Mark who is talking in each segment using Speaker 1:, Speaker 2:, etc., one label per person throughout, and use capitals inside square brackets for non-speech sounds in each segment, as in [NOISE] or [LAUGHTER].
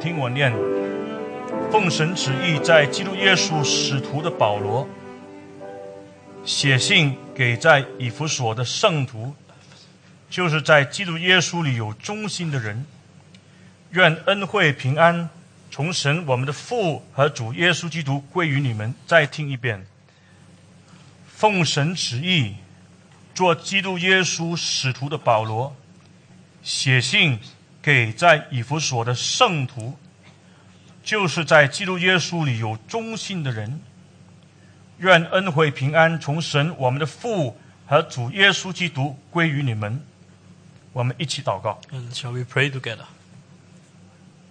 Speaker 1: 听我念。奉神旨意，在基督耶稣使徒的保罗，写信给在以弗所的圣徒，就是在基督耶稣里有忠心的人。愿恩惠平安从神我们的父和主耶稣基督归于你们。再听一遍，奉神旨意，做基督耶稣使徒的保罗，写信给在以弗所的圣徒，就是在基督耶稣里有忠心的人。愿恩惠平安从神我们的父和主耶稣基督归于你们。我们一起祷告。
Speaker 2: And shall we pray together?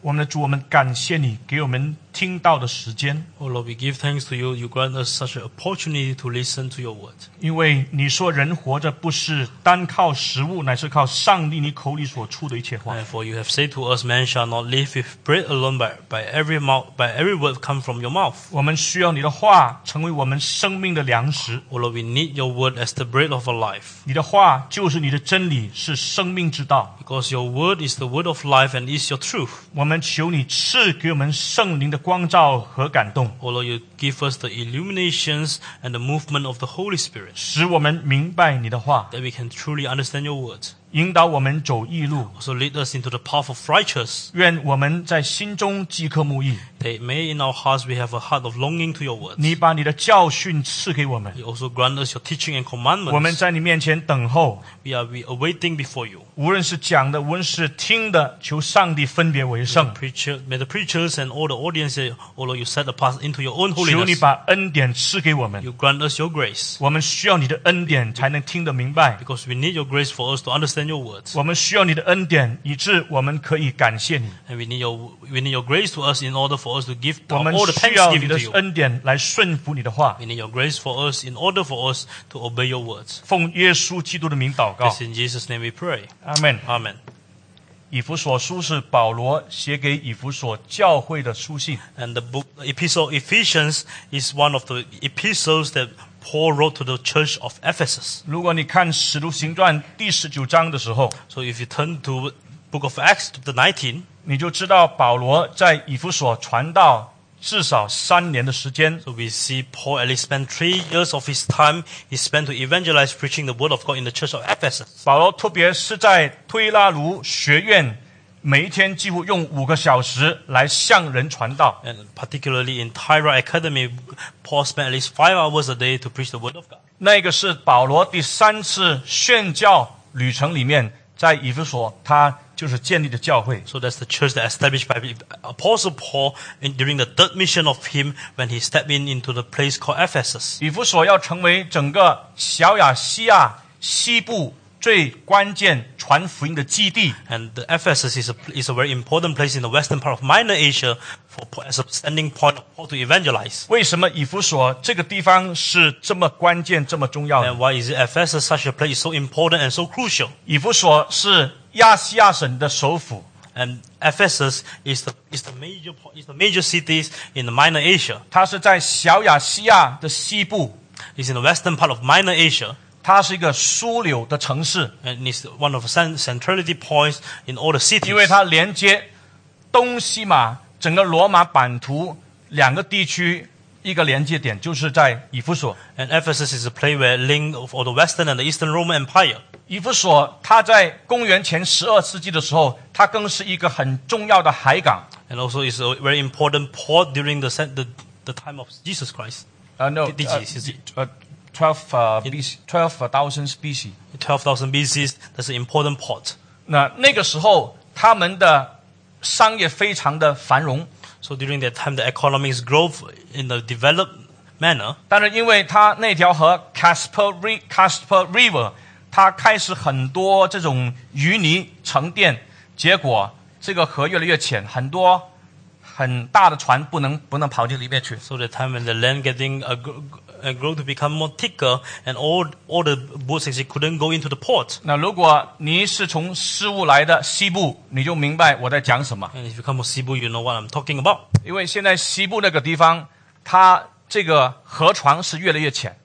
Speaker 1: 我们的主，我们感谢你给我们听到的时间，
Speaker 2: Oh Lord, we give thanks to you. You grant us such an opportunity to listen to your word.
Speaker 1: 因为你说人活着不是单靠食物，乃是靠上帝你口里所出的一切话。
Speaker 2: And for you have said to us, man shall not live with bread alone, but by every mouth, by every word come from your mouth.
Speaker 1: 我们需要你的话成为我们生命的粮食，
Speaker 2: Oh Lord, we need your word as the bread of our life,
Speaker 1: 你的话就是你的真理，是生命之道。
Speaker 2: because your word is the word of life and is your truth.
Speaker 1: 我们求你赐给我们圣灵的光照和感动，
Speaker 2: Oh Lord, you give us the illuminations and the movement of the Holy Spirit,
Speaker 1: 使我们明白你的话，
Speaker 2: that we can truly understand your word.
Speaker 1: 引导我们走义路。
Speaker 2: Also lead us into the path of righteous,
Speaker 1: 愿我们在心中即刻沐浴，
Speaker 2: that may in our hearts we have a heart of longing to your word.
Speaker 1: 你把你的教训赐给我们，
Speaker 2: You also grant us your teaching and
Speaker 1: 我们
Speaker 2: commandments.
Speaker 1: 在你面前等候。
Speaker 2: We are we awaiting before you.
Speaker 1: 无论是讲的，无论是听的，求上帝分别为圣，
Speaker 2: Preacher, may the preachers and all the audience, here, O Lord, you set the path into your own
Speaker 1: 求你
Speaker 2: holiness.
Speaker 1: 把恩典赐给我们。
Speaker 2: You grant us your grace,
Speaker 1: 我们需要你的恩典才能听得明白，
Speaker 2: because we need your grace for us to understand your words,
Speaker 1: 我们需要你的恩典，以致我们可以感谢你。
Speaker 2: and we need your we need your grace to us in order for us to give
Speaker 1: 我
Speaker 2: all
Speaker 1: 们
Speaker 2: the
Speaker 1: 需要你
Speaker 2: thanksgiving
Speaker 1: 的
Speaker 2: to you.
Speaker 1: 恩典来顺服你的话
Speaker 2: We。need your grace for us in order for us to obey your words.
Speaker 1: 奉耶稣基督的名祷告
Speaker 2: It's，in Jesus' name we pray.
Speaker 1: 阿门。啊
Speaker 2: Amen.
Speaker 1: 以弗所书是保罗写给以弗所教会的书信，
Speaker 2: And the book the Epistle Ephesians is one of the epistles that Paul wrote to the church of Ephesus.
Speaker 1: 如果你看《使徒行传》第十九章的时候，
Speaker 2: So if you turn to Book of Acts chapter 19,
Speaker 1: 你就知道保罗在以弗所传道至少三年的时间。
Speaker 2: So we see Paul at least spent three years of his time he spent to evangelize preaching the word of God in the church of Ephesus.
Speaker 1: 保罗特别是在推拉卢学院，每一天几乎用五个小时来向人传道。
Speaker 2: And particularly in Tyra Academy, Paul spent at least five hours a day to preach the word of God.
Speaker 1: 那个是保罗第三次宣教旅程里面，在以弗所他就是建立的教会。
Speaker 2: So that's the church that established by the Apostle Paul in, during the third mission of him when he stepped in into the place called Ephesus.
Speaker 1: 以弗所要成为整个小亚细亚西部最关键传福音的基地。
Speaker 2: And the Ephesus is a, is a very important place in the western part of Minor Asia for, Paul- as a standing point of Paul to evangelize.
Speaker 1: 为什么以弗所这个地方是这么关键、这么重要呢
Speaker 2: And？why is Ephesus such a place so important and so crucial?
Speaker 1: 以弗所是亚细亚省的首府，
Speaker 2: And Ephesus is the is the major po- is the major cities in the Minor Asia.
Speaker 1: 它是在小亚细亚的西部，
Speaker 2: It's in the western part of Minor Asia,
Speaker 1: 它是一个枢纽的城市，
Speaker 2: and it's one of the cen- centrality points in all the cities.
Speaker 1: 因为它连接东西马整个罗马版图两个地区，一个连接点就是在以弗所。
Speaker 2: And Ephesus is a place where link of all the Western and the Eastern Roman Empire.
Speaker 1: 以弗所，它在公元前十二世纪的时候，它更是一个很重要的海港。
Speaker 2: And also is a very important port during the cen- the, the time of Jesus Christ.
Speaker 1: 呃、n o
Speaker 2: 第第几世纪
Speaker 1: 呃，twelve 呃 BC twelve thousand BC。
Speaker 2: Twelve thousand BC, that's an important port.
Speaker 1: 那那个时候，他们的商业非常的繁荣，
Speaker 2: So during that time the economics growth in the developed manner
Speaker 1: 但是因为它那条河 Casper Ri- Casper River，它开始很多这种淤泥沉淀，结果这个河越来越浅，很多很大的船不能不能跑进里面去。
Speaker 2: So the time when the land getting uh, gr- uh, grow to become more thicker, and all all the boats actually couldn't go into the port.
Speaker 1: 那如果你是从西部来的西部，你就明白我在讲什么，
Speaker 2: And if you come to Cebu, you know what I'm talking about.
Speaker 1: 因为现在西部那个地方，它这个河床是越来越浅。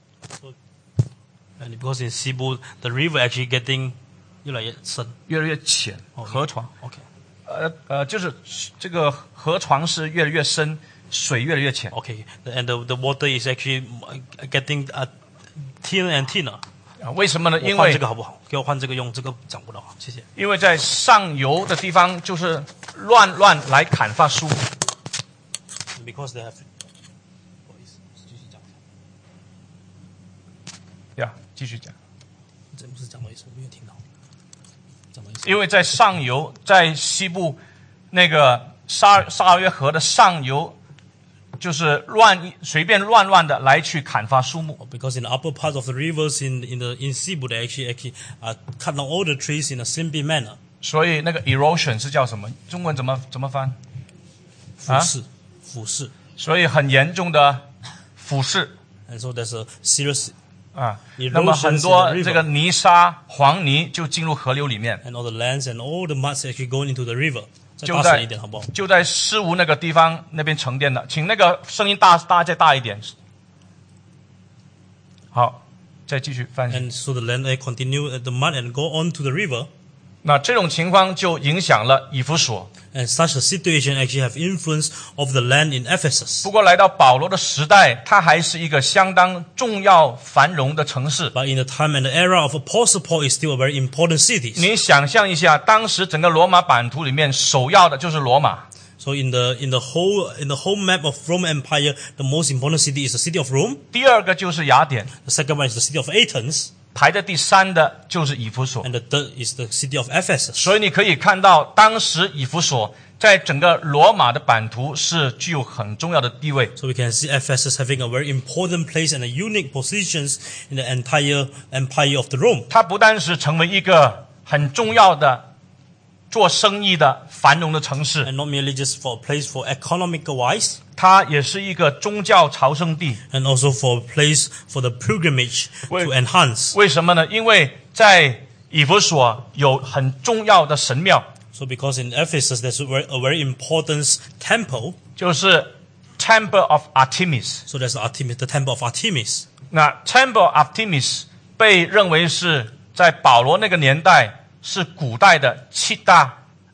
Speaker 2: And because in Cebu, the river actually getting, you know, it's a,
Speaker 1: 越来越浅，河床。
Speaker 2: okay.
Speaker 1: 呃呃呃，就是这个河床是越来越深，水越来越浅。
Speaker 2: Okay, and the, the water is actually getting uh, thinner and thinner.
Speaker 1: 啊为什么呢？因
Speaker 2: 换这
Speaker 1: 为
Speaker 2: 个好不好？给我换这个用，这个长不到，谢谢。
Speaker 1: 因为在上游的地方就是乱乱来砍伐树，
Speaker 2: Because they have.
Speaker 1: 呀，继续讲。
Speaker 2: 这不是讲到意思，我没有听到。讲到意思。
Speaker 1: 因为在上游，在西部那个沙沙约河的上游，就是乱随便乱乱的来去砍伐树木，
Speaker 2: Because in the upper part of the rivers in in the in Cebu, they actually actually uh, cut down all the trees in a simple manner.
Speaker 1: 所以那个 erosion 是叫什么？中文怎么怎么翻？
Speaker 2: 俯视，俯视。
Speaker 1: 所以很严重的腐蚀
Speaker 2: And so there's a serious
Speaker 1: 啊。
Speaker 2: Erosion
Speaker 1: 那么很多
Speaker 2: is the river
Speaker 1: 这个泥沙、黄泥就进入河流里面，
Speaker 2: and all the lands and all the muds actually going into the river. 再
Speaker 1: 就
Speaker 2: 大声一
Speaker 1: 在
Speaker 2: 点好不好？
Speaker 1: 就在施无那个地方那边沉淀的，请那个声音大大再大一点。好，再继续翻译。
Speaker 2: And so the land they continue at the mud and go on to the river.
Speaker 1: 那这种情况就影响了以弗所。
Speaker 2: And such a situation actually have influence of the land in Ephesus.
Speaker 1: 不过来到保罗的时代，它还是一个相当重要繁荣的城市。
Speaker 2: But in the time and the era of Apostle Paul, it's still a very important city.
Speaker 1: 你想象一下，当时整个罗马版图里面，首要的就是罗马。
Speaker 2: So in the in the whole in the whole map of Roman Empire, the most important city is the city of Rome.
Speaker 1: 第二个就是雅典，
Speaker 2: The second one is the city of Athens,
Speaker 1: 排在第三的就是以弗所。
Speaker 2: and the third is the city of Ephesus.
Speaker 1: 所以你可以看到，当时以弗所在整个罗马的版图是具有很重要的地位。
Speaker 2: So we can see Ephesus having a very important place and a unique positions in the entire empire of the Rome.
Speaker 1: 它不但是成为一个很重要的做生意的繁荣的城市，
Speaker 2: And not merely just for a place for economic wise,
Speaker 1: 它也是一个宗教朝圣地。
Speaker 2: and also for a place for the pilgrimage
Speaker 1: Wait.
Speaker 2: to enhance.
Speaker 1: 为什么呢？因为在以弗所有很重要的神庙，
Speaker 2: So because in Ephesus there's a very, a very important temple.
Speaker 1: 就是 Temple of Artemis。
Speaker 2: So there's Artemis, the temple of Artemis.
Speaker 1: 那 Temple of Artemis 被认为是在保罗那个年代是古代的七大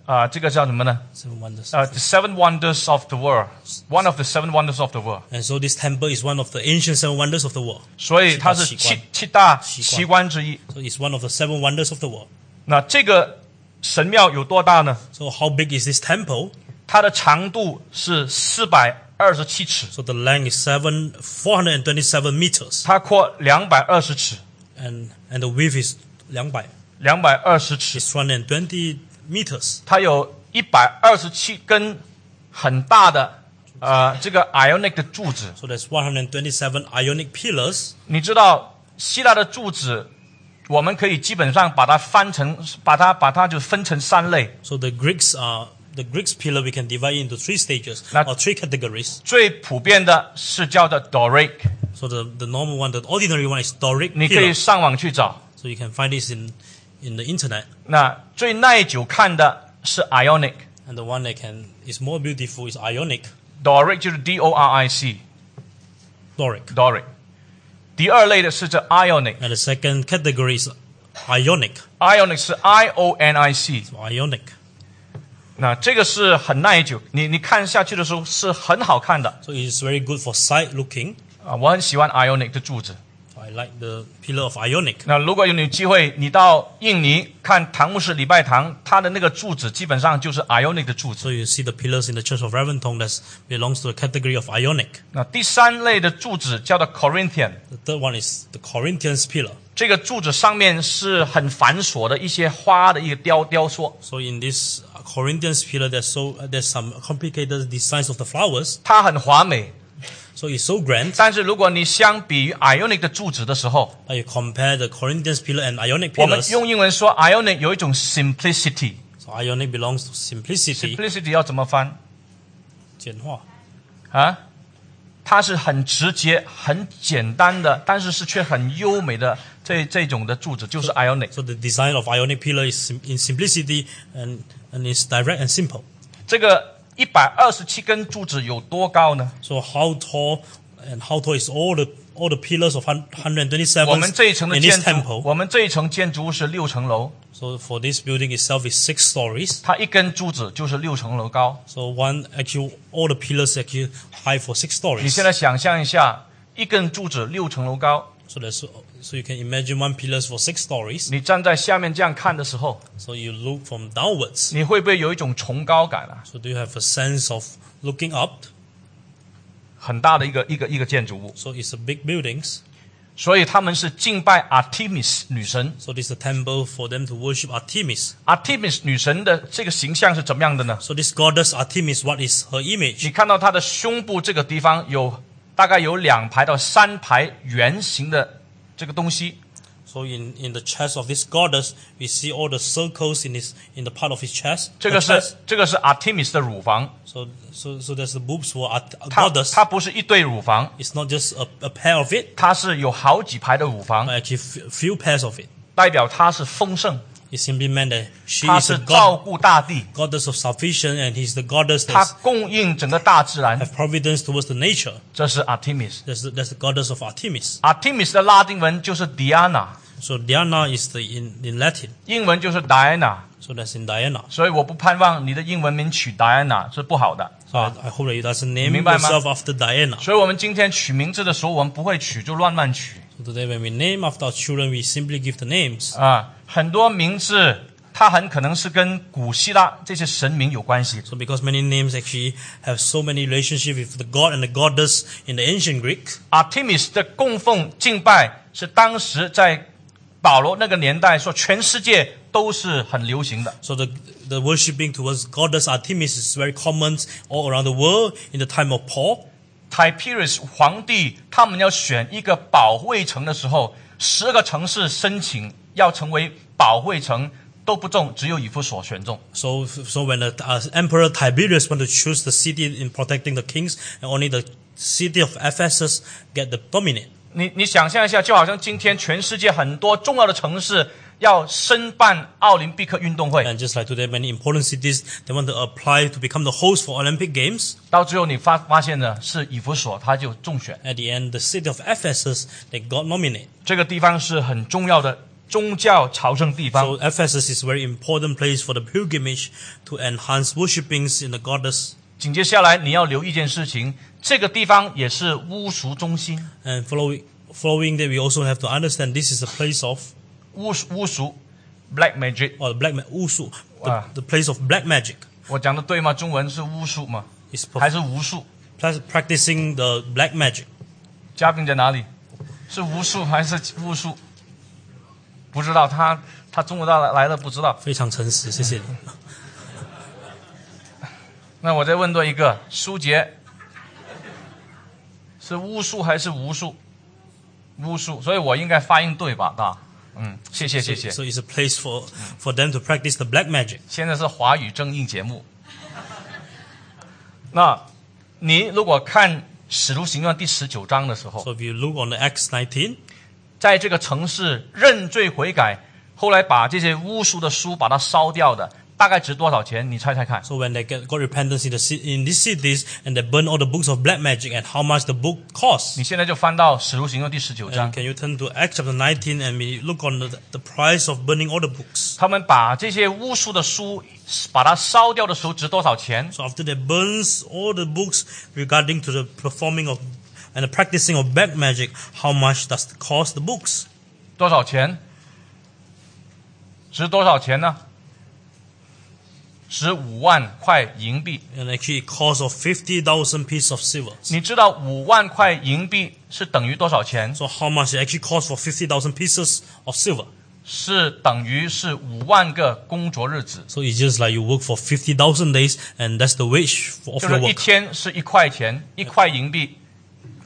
Speaker 1: 啊、呃这个叫什么呢？
Speaker 2: Seven wonders.
Speaker 1: 呃、t h e Seven Wonders of the World，one of the Seven Wonders of the World。
Speaker 2: and so this temple is one of the ancient seven wonders of the world.
Speaker 1: 所以它是
Speaker 2: 七大奇
Speaker 1: 七
Speaker 2: 观
Speaker 1: 七大
Speaker 2: 奇
Speaker 1: 奇观
Speaker 2: 观
Speaker 1: 之一。
Speaker 2: So it's one of the seven wonders of the world.
Speaker 1: 那这个神庙有多大呢？
Speaker 2: So how big is this temple?
Speaker 1: 它的长度是四百二十七尺，
Speaker 2: So the length is seven, 427 meters.
Speaker 1: 它阔两百二十尺。
Speaker 2: And, and the width is 200.
Speaker 1: 两百二十尺，
Speaker 2: It's 120 meters.
Speaker 1: 它有一百二十七根很大的呃这个 ionic 的柱子。
Speaker 2: So there's 127 ionic pillars.
Speaker 1: 你知道希腊的柱子，我们可以基本上把它翻成，把它把它就分成三类。
Speaker 2: So the Greeks are the Greeks pillar we can divide into three stages
Speaker 1: Not-
Speaker 2: or three categories.
Speaker 1: 最普遍的是叫做 Doric，
Speaker 2: So the, the normal one, the ordinary one is Doric
Speaker 1: 你可以
Speaker 2: pillar.
Speaker 1: 上网去找。
Speaker 2: So you can find this in in the internet.
Speaker 1: 那最耐久看的是 Ionic。
Speaker 2: And the one that can is more beautiful is Ionic
Speaker 1: Doric 就是 D O R I C，Doric。
Speaker 2: Doric.
Speaker 1: 第二类的是这 Ionic，Ionic
Speaker 2: And the second category is Ionic.
Speaker 1: 是 I O N I C。
Speaker 2: Ionic.
Speaker 1: 那这个是很耐久，你你看下去的时候是很好看的
Speaker 2: So it's very good for side looking.
Speaker 1: 啊，我很喜欢 Ionic 的柱子。
Speaker 2: I like the pillar of Ionic.
Speaker 1: 那如果有你有机会，你到印尼看唐牧师礼拜堂，他的那个柱子基本上就是 Ionic 的柱子。
Speaker 2: So you see the pillars in the Church of Raventon that belongs to the category of Ionic.
Speaker 1: 那第三类的柱子叫做 Corinthian，
Speaker 2: The third one is the Corinthians pillar.
Speaker 1: 这个柱子上面是很繁琐的一些花的一个雕雕塑，
Speaker 2: So in this Corinthians pillar, there's so there's some complicated designs of the flowers.
Speaker 1: 它很华美。
Speaker 2: So it's so grand.
Speaker 1: 但是如果你相比于 Ionic 的柱子的时候，
Speaker 2: But you compare the Corinthians pillar and Ionic
Speaker 1: 我们
Speaker 2: pillars.
Speaker 1: 用英文说 Ionic 有一种 simplicity，simplicity
Speaker 2: So Ionic belongs to simplicity.
Speaker 1: 要怎么翻？
Speaker 2: 简化。
Speaker 1: 啊，它是很直接、很简单的，但是是却很优美的这这种的柱子，就是 Ionic。
Speaker 2: So the design of Ionic pillar is sim- in simplicity and and it's direct and simple.
Speaker 1: 这个一百二十七根柱子有多高呢？
Speaker 2: So how tall and how tall is all the all the pillars of 127
Speaker 1: 我们这一层的
Speaker 2: in
Speaker 1: 建
Speaker 2: this
Speaker 1: 筑，
Speaker 2: temple.
Speaker 1: 我们这一层建筑物是六层楼，
Speaker 2: So for this building itself is six stories.
Speaker 1: 它一根柱子就是六层楼高。
Speaker 2: So one actually all the pillars actually high for six
Speaker 1: 你
Speaker 2: stories.
Speaker 1: 现在想象一下，一根柱子六层楼高，
Speaker 2: So that's so you can imagine one pillars for six stories.
Speaker 1: 你站在下面这样看的时候，
Speaker 2: So you look from downwards.
Speaker 1: 你会不会有一种崇高感啊？
Speaker 2: So do you have a sense of looking up?
Speaker 1: 很大的一个一个一个建筑物，
Speaker 2: So it's a big buildings.
Speaker 1: 所以他们是敬拜 Artemis 女神。
Speaker 2: So this is a temple for them to worship Artemis.
Speaker 1: Artemis 女神的这个形象是怎么样的呢？
Speaker 2: So this goddess Artemis, what is her image?
Speaker 1: 你看到她的胸部这个地方有大概有两排到三排圆形的这个东西，
Speaker 2: So in, in the chest of this goddess, we see all the circles in his in the part of his chest.
Speaker 1: 这个
Speaker 2: her chest.
Speaker 1: 是这个是 Artemis 的乳房，
Speaker 2: So so so there's the boobs for Art- a
Speaker 1: 它
Speaker 2: goddess.
Speaker 1: 它不是一对乳房，
Speaker 2: It's not just a, a pair of it,
Speaker 1: 它是有好几排的乳房，
Speaker 2: but actually f- few pairs of it.
Speaker 1: 代表她是丰盛，
Speaker 2: It simply meant that she
Speaker 1: 她
Speaker 2: is a
Speaker 1: 是
Speaker 2: god,
Speaker 1: 照顾大地，
Speaker 2: goddess of salvation, and he's the goddess
Speaker 1: 她
Speaker 2: that
Speaker 1: 供应整个大自然，
Speaker 2: have providence towards the nature.
Speaker 1: 这是 Artemis。
Speaker 2: That's the, that's the goddess of Artemis.
Speaker 1: Artemis 的拉丁文就是 Diana，
Speaker 2: So Diana is the in, in Latin.
Speaker 1: 英文就是 Diana，
Speaker 2: So that's in Diana.
Speaker 1: 所以我不盼望你的英文名取 Diana 是不好的。
Speaker 2: So I, I hope that you doesn't name
Speaker 1: 明白吗？
Speaker 2: yourself after Diana.
Speaker 1: 所以我们今天取名字的时候，我们不会取，就乱乱取
Speaker 2: So today when we name after our children, we simply give the names.
Speaker 1: 啊。很多名字它很可能是跟古希腊这些神明有关系。
Speaker 2: So because many names actually have so many relationship with the god and the goddess in the ancient Greek.
Speaker 1: Artemis 的供奉敬拜是当时在保罗那个年代说全世界都是很流行的。
Speaker 2: So the the worshipping towards goddess Artemis is very common all around the world in the time of Paul.
Speaker 1: Tiberius 皇帝他们要选一个保卫城的时候，十个城市申请要成为保卫城都不中，只有以弗所选中。
Speaker 2: So so when the uh, emperor Tiberius want to choose the city in protecting the kings, and only the city of Ephesus get the dominate.
Speaker 1: 你你想象一下，就好像今天全世界很多重要的城市要申办奥林匹克运动会，
Speaker 2: And just like today, many important cities they want to apply to become the host for Olympic Games.
Speaker 1: 到最后你发发现呢是以弗所，他就中选。
Speaker 2: At the end, the city of Ephesus they got nominated.
Speaker 1: 这个地方是很重要的宗教朝圣地方。
Speaker 2: So Ephesus is a very important place for the pilgrimage to enhance worshippings in the goddess.
Speaker 1: 紧接下来你要留意一件事情，这个地方也是巫术中心，
Speaker 2: And following, following that, we also have to understand this is a place of
Speaker 1: 巫术巫术 （black magic）。
Speaker 2: or the black ma- usu, the,
Speaker 1: Wow.
Speaker 2: the place of black magic
Speaker 1: 我讲的对吗？中文是巫术吗？
Speaker 2: is
Speaker 1: 还
Speaker 2: perf-
Speaker 1: 是巫术？
Speaker 2: pra- practicing the black magic.
Speaker 1: 嘉宾在哪里？是巫术 [LAUGHS] 还是巫术？不知道他他中国到来来了不知道。
Speaker 2: 非常诚实，谢谢你。
Speaker 1: 那我再问多一个，苏杰是巫术还是无术？巫术，所以我应该发音对吧？啊，嗯，谢谢谢谢。
Speaker 2: So it's a place for for them to practice the black magic.
Speaker 1: 现在是华语正音节目。 [LAUGHS] 那，你如果看《使徒行传》第十九章的时候，
Speaker 2: So if you look on the Acts 19,
Speaker 1: 在这个城市认罪悔改，后来把这些巫术的书把它烧掉的，大概值多少钱？你猜猜看？
Speaker 2: so when they get, got repentance in the ci- in these cities and they burn all the books of black magic and how much the book costs.
Speaker 1: 你现在就翻到《使徒行传》第十九
Speaker 2: And
Speaker 1: 章，
Speaker 2: can you turn to Acts chapter 19 and we look on the, the price of burning all the books?
Speaker 1: 他们把这些巫术的书把它烧掉的时候值多少钱？
Speaker 2: So after they burns all the books regarding to the performing of and the practicing of black magic, how much does it cost the books?
Speaker 1: 多少钱？值多少钱呢？十五万块银币。
Speaker 2: And actually it costs of 50,000 pieces of silver.
Speaker 1: 你知道五万块银币是等于多少钱？
Speaker 2: So how much it actually costs for 50,000 pieces of silver?
Speaker 1: 是等于是五万个工作日子，
Speaker 2: So it's just like you work for 50,000 days and that's the wage for, of
Speaker 1: 就
Speaker 2: your
Speaker 1: 是一
Speaker 2: work.
Speaker 1: 天是一块钱，一块银币，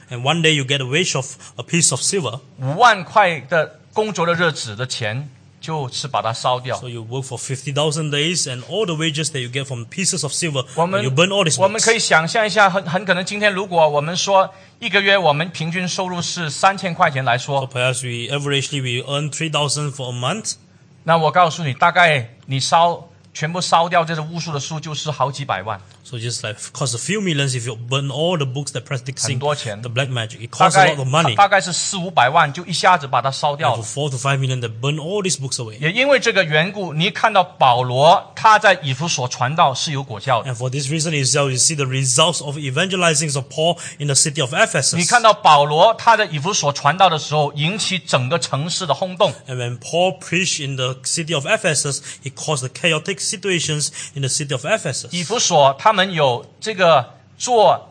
Speaker 2: And one day you get a wage of a piece of silver.
Speaker 1: 五万块的工作的日子的钱，就是把它烧掉
Speaker 2: So。you work for 50,000 days and all the wages that you get from pieces of silver,
Speaker 1: 我们
Speaker 2: you burn all these
Speaker 1: 我们
Speaker 2: books.
Speaker 1: 可以想象一下，很很可能今天如果我们说一个月我们平均收入是三千块钱来
Speaker 2: So
Speaker 1: 说，
Speaker 2: perhaps we averagely we earn 3,000 for a month.
Speaker 1: 那我告诉你，大概你烧全部烧掉这些巫术的书，就是好几百万，
Speaker 2: So just like cost a few millions if you burn all the books that practicing
Speaker 1: 很多钱。
Speaker 2: the black magic. It
Speaker 1: 大
Speaker 2: costs a
Speaker 1: 概
Speaker 2: lot of money.
Speaker 1: 大概是四五百万，就一下子把它烧掉
Speaker 2: For
Speaker 1: 了。
Speaker 2: four to five million that burn all these books away.
Speaker 1: 也因为这个缘故，你看到保罗他在以弗所传道是有果效的。
Speaker 2: And for this reason itself, you see the results of evangelizing of Paul in the city of Ephesus.
Speaker 1: 你看到保罗他在以弗所传道的时候，引起整个城市的轰动。
Speaker 2: And when Paul preached in the city of Ephesus, he caused the chaotic situations in the city of
Speaker 1: 以
Speaker 2: Ephesus.
Speaker 1: 弗所他们有这个做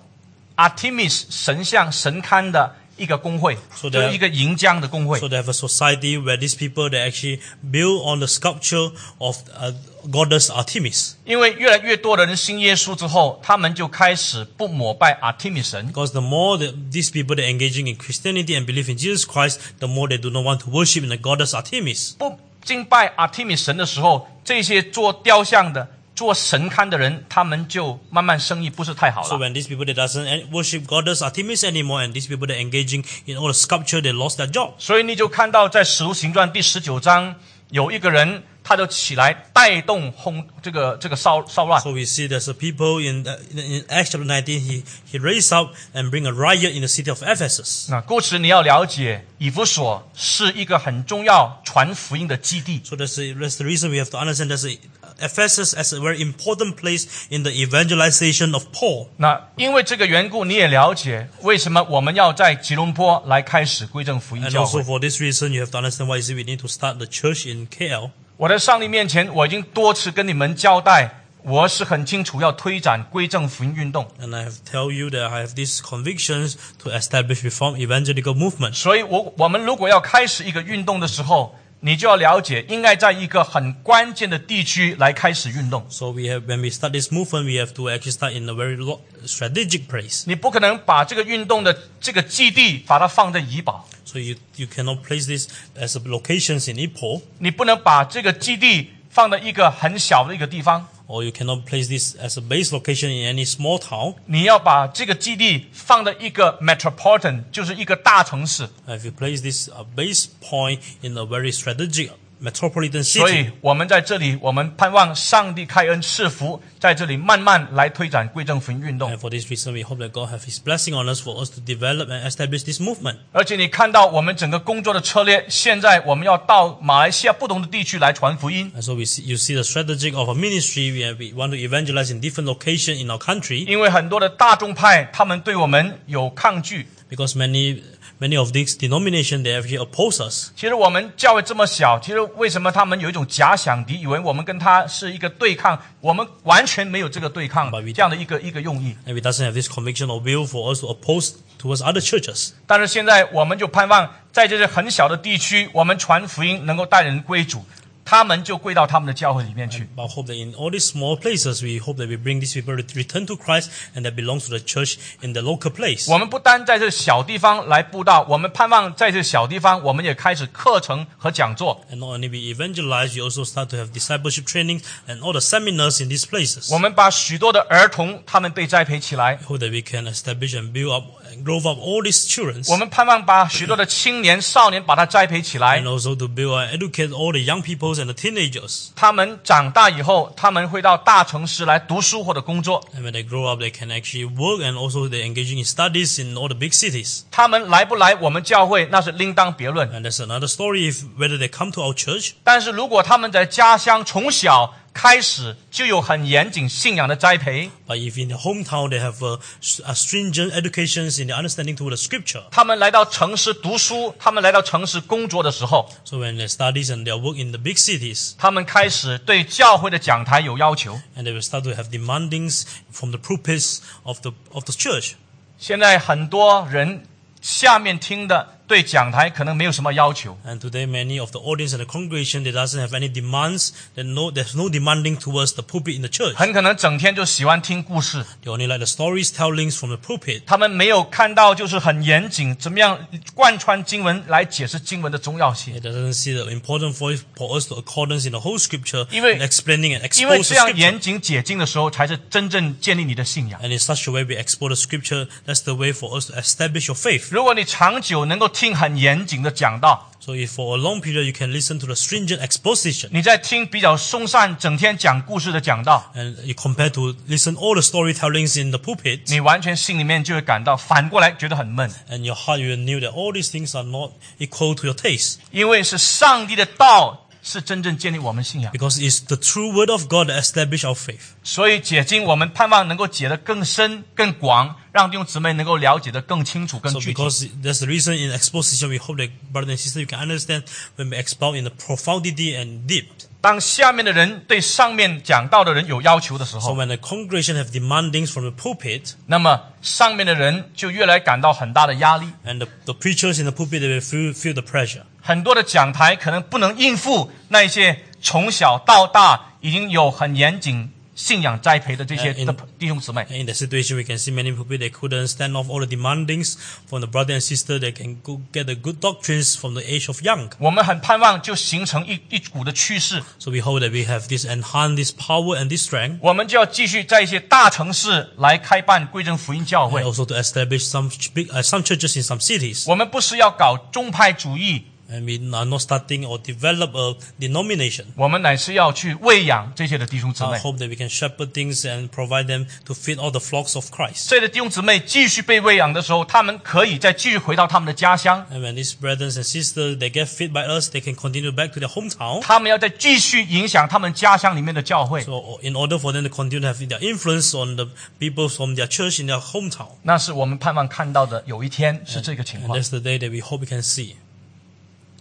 Speaker 1: Artemis 神像神龛的一个工会，
Speaker 2: So
Speaker 1: 就是
Speaker 2: there-
Speaker 1: 一个银浆的工会
Speaker 2: So。they have a society where these people they actually build on the sculpture of uh, goddess Artemis.
Speaker 1: 因为越来越多的人信耶稣之后，他们就开始不膜拜 Artemis 神，
Speaker 2: Because the more that these people they're engaging in Christianity and believe in Jesus Christ, the more they do not want to worship in the goddess Artemis.
Speaker 1: 不敬拜 Artemis 神的时候，这些做雕像的、做神龛的人，他们就慢慢生意不是太好
Speaker 2: So
Speaker 1: 了。
Speaker 2: when these people they doesn't en- worship goddess Artemis anymore, and these people they're engaging in all the sculpture, they lost their job.
Speaker 1: 所以你就看到在《使徒行传》第十九章，有一个人他就起来带动轰这个这个骚骚乱。
Speaker 2: So we see there's a people in, uh, in in Acts chapter 19, he, he raised up and bring a riot in the city of Ephesus.
Speaker 1: 那故此你要了解，以弗所是一个很重要传福音的基地。
Speaker 2: So that's the, that's the reason we have to understand that's a, Ephesus as a very important place in the evangelization of Paul.
Speaker 1: 那因为这个缘故，你也了解为什么我们要在吉隆坡来开始归正福音
Speaker 2: And
Speaker 1: 教会。
Speaker 2: also for this reason, you have to understand why is it we need to start the church in KL.
Speaker 1: 我在上帝面前，我已经多次跟你们交代，我是很清楚要推展归正福音运动，
Speaker 2: And I have tell you that I have these convictions to establish reform evangelical movement.
Speaker 1: 所以我我们如果要开始一个运动的时候，你就要了解，应该在一个很关键的地区来开始运动。
Speaker 2: So we have when we start this movement, we have to actually start in a very lo- strategic place.
Speaker 1: 你不可能把这个运动的这个基地把它放在怡保，
Speaker 2: So you you cannot place this as a locations in Ipoh.
Speaker 1: 你不能把这个基地放在一个很小的一个地方，
Speaker 2: or you cannot place this as a base location in any small town.
Speaker 1: 你要把这个基地放在一个 metropolitan，就是一个大城市。
Speaker 2: If you place this uh, base point in a very strategic metropolitan
Speaker 1: 所
Speaker 2: city,
Speaker 1: 以我们在这里，我们盼望上帝开恩赐福，在这里慢慢来推展贵政福音运动
Speaker 2: and。for uh, this reason, we hope that God have His blessing on us for us to develop and establish this movement.
Speaker 1: 而且你看到我们整个工作的策略，现在我们要到马来西亚不同的地区来传福音，
Speaker 2: And so we see, you see the strategy of our ministry. We, have, we want to evangelize in different locations in our country
Speaker 1: 因为很多的大众派他们对我们有抗拒。
Speaker 2: because many many of these denominations they actually oppose us.
Speaker 1: 其实我们教会这么小，其实为什么他们有一种假想敌，以为我们跟他是一个对抗？我们完全没有这个对抗
Speaker 2: 把 we-
Speaker 1: 这样的一个一个用意。
Speaker 2: And we doesn't have this conviction or will for us to oppose towards other churches.
Speaker 1: 但是现在我们就盼望，在这些很小的地区，我们传福音能够带人归主，他们就归到他们的教会里面去。
Speaker 2: But I hope that in all these small places, we hope that we bring these people to return to Christ and that belongs to the church in the local place.
Speaker 1: 我们不单在这小地方来布道，我们盼望在这小地方，我们也开始课程和讲座。
Speaker 2: And not only we evangelize, we also start to have discipleship training and all the seminars in these places.
Speaker 1: 我们把许多的儿童他们被栽培起来
Speaker 2: I，hope that we can establish and build up and grow up all these children
Speaker 1: 我们盼望把许多的青年少年把他栽培起来
Speaker 2: and，also to build and educate all the young peoples and the teenagers.
Speaker 1: 他们长大以后，他们会到大城市来读书或者工作，
Speaker 2: And when they grow up, they can actually work and also they're engaging in studies in all the big cities.
Speaker 1: 他们来不来我们教会那是另当别论。
Speaker 2: And that's another story if whether they come to our church
Speaker 1: 但是如果他们在家乡从小开始就有很严谨信仰的栽培，
Speaker 2: But if in the hometown they have a, a stringent educations in the understanding to the scripture,
Speaker 1: 他们来到城市读书，他们来到城市工作的时候，
Speaker 2: so when they studies and they work in the big cities,
Speaker 1: 他们开始对教会的讲台有要求。
Speaker 2: and they will start to have demandings from the pulpits of the of the church.
Speaker 1: 现在很多人下面听的对讲台可能没有什么要求，
Speaker 2: And today, many of the audience and the congregation they doesn't have any demands. They no, there's no demanding towards the pulpit in the church.
Speaker 1: 很可能整天就喜欢听故事，
Speaker 2: They only like the stories, tellings from the pulpit.
Speaker 1: 他们没有看到就是很严谨，怎么样贯穿经文来解释经文的重要性。
Speaker 2: It doesn't see the important for, for us to accordance in the whole scripture
Speaker 1: 因为-
Speaker 2: and explaining and
Speaker 1: 因为
Speaker 2: expose
Speaker 1: 这
Speaker 2: the
Speaker 1: 样
Speaker 2: scripture.
Speaker 1: 严谨解经的时候，才是真正建立你的信仰。
Speaker 2: And in such a way, we expose the scripture. That's the way for us to establish your faith.
Speaker 1: 如果你长久能够听很严谨的讲道，
Speaker 2: So if for a long period you can listen to the stringent exposition
Speaker 1: 你在听比较松散、整天讲故事的讲道，
Speaker 2: and you compare to listen all the storytellings in the pulpit
Speaker 1: 你完全心里面就会感到反过来觉得很闷，
Speaker 2: and your heart you will knew that all these things are not equal to your taste
Speaker 1: 因为是上帝的道是真正建立我们信仰，
Speaker 2: because it's the true word of God that establishes our faith.
Speaker 1: 所以解经我们盼望能够解得更深、更广，让弟兄姊妹能够了解得更清楚、更
Speaker 2: So
Speaker 1: 具体。
Speaker 2: because that's the reason in exposition we hope that brother and sister you can understand when we expound in the profundity and deep.
Speaker 1: 当下面的人对上面讲道的人有要求的时
Speaker 2: So
Speaker 1: 候，
Speaker 2: when the congregation have demandings from the pulpit
Speaker 1: 那么上面的人就越来感到很大的压力。
Speaker 2: and the, the preachers in the pulpit they will feel, feel the pressure.
Speaker 1: 很多的讲台可能不能应付那些从小到大已经有很严谨信仰栽培的这些
Speaker 2: 哎嗯
Speaker 1: 的弟兄姊妹，
Speaker 2: In that situation, we can see many people they couldn't stand off all the demandings from the brother and sister. They can go get the good doctrines from the age of young.
Speaker 1: 我们很盼望就形成一一股的趋势，
Speaker 2: So we hope that we have this enhance this power and this strength,
Speaker 1: 我们就要继续在一些大城市来开办归正福音教
Speaker 2: and
Speaker 1: 会。
Speaker 2: also to establish some ch- big, uh, some churches in some cities.
Speaker 1: 我们不是要搞宗派主义，
Speaker 2: And we are not starting or develop a denomination.
Speaker 1: 我们乃是要去喂养这些的弟兄姊
Speaker 2: I
Speaker 1: 妹。
Speaker 2: hope that we can shepherd things and provide them to feed all the flocks of Christ.
Speaker 1: 这些的弟兄姊妹继续被喂养的时候，他们可以再继续回到他们的家乡，
Speaker 2: And when these brothers and sisters they get fed by us, they can continue back to their hometown.
Speaker 1: 他们要再继续影响他们家乡里面的教会，
Speaker 2: So in order for them to continue to have their influence on the people from their church in their hometown.
Speaker 1: 那是我们盼望看到的。有一天是这个情
Speaker 2: 嗯 And
Speaker 1: 况，
Speaker 2: that's the day that we hope we can see.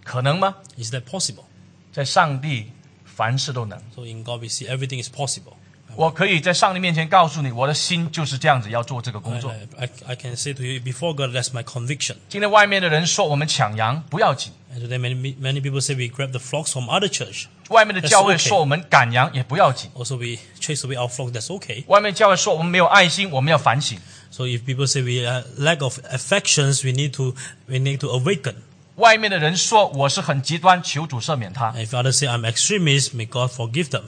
Speaker 1: 可能吗？
Speaker 2: Is that possible?
Speaker 1: 在上帝凡事都能。
Speaker 2: So in God we see everything is possible.
Speaker 1: 我可以在上帝面前告诉你，我的心就是这样子要做这个工
Speaker 2: And
Speaker 1: 作。
Speaker 2: I, I, I can say to you before God, that's my conviction.
Speaker 1: 今天外面的人说我们抢羊不要紧，
Speaker 2: And today many many people say we grab the flocks from other church.
Speaker 1: 外面的教会
Speaker 2: That's okay.
Speaker 1: 说我们赶羊也不要紧，
Speaker 2: Also we chase away our flock. That's okay.
Speaker 1: 外面教会说我们没有爱心，我们要反省；
Speaker 2: So if people say we uh, lack of affections, we need to we need to awaken.
Speaker 1: 外面的人说我是很极端，求主赦免他
Speaker 2: And。if others say I'm extremist, may God forgive them.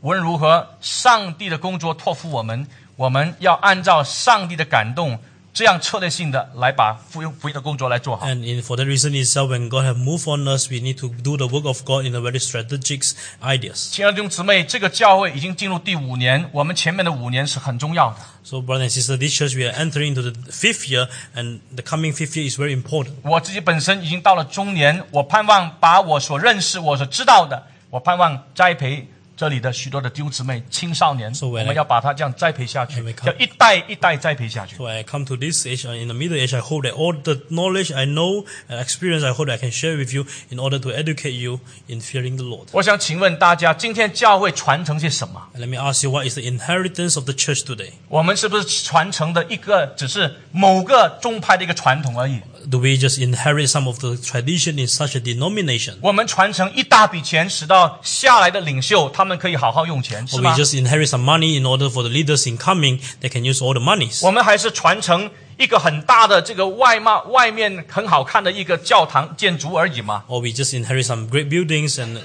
Speaker 1: 无论如何，上帝的工作托付我们，我们要按照上帝的感动，这样策略性的来把福音福音的工作来做好。
Speaker 2: And in, for that reason itself, when God have moved on us, we need to do the work of God in a very strategic ideas.
Speaker 1: 亲爱的弟兄姊妹，这个教会已经进入第五年，我们前面的五年是很重要的。
Speaker 2: So, brother and sister, this church we are entering into the fifth year, and the coming fifth year is very important.
Speaker 1: 我自己本身已经到了中年，我盼望把我所认识、我所知道的，我盼望栽培这里的许多的弟兄姊妹、青少年，
Speaker 2: So
Speaker 1: 我
Speaker 2: when I-
Speaker 1: 们要把它这样栽培下去
Speaker 2: When we，come-
Speaker 1: 要一代一代栽培下去。
Speaker 2: So, when I come to this age, uh, in the middle age, I hope that all the knowledge I know and experience, I hope that I can share with you in order to educate you in fearing the Lord.
Speaker 1: 我想请问大家，今天教会传承些什么？
Speaker 2: And let me ask you, what is the inheritance of the church today?
Speaker 1: 我们是不是传承的一个只是某个宗派的一个传统而已？
Speaker 2: Do we just inherit some of the tradition in such a denomination?
Speaker 1: 我们传承一大笔钱，使到下来的领袖他们可以好好用钱，是
Speaker 2: Or we
Speaker 1: 吗？
Speaker 2: just inherit some money in order for the leaders in coming, they can use all the monies?
Speaker 1: 我们还是传承一个很大的这个外貌、外面很好看的一个教堂建筑而已吗？
Speaker 2: or we just inherit some great buildings and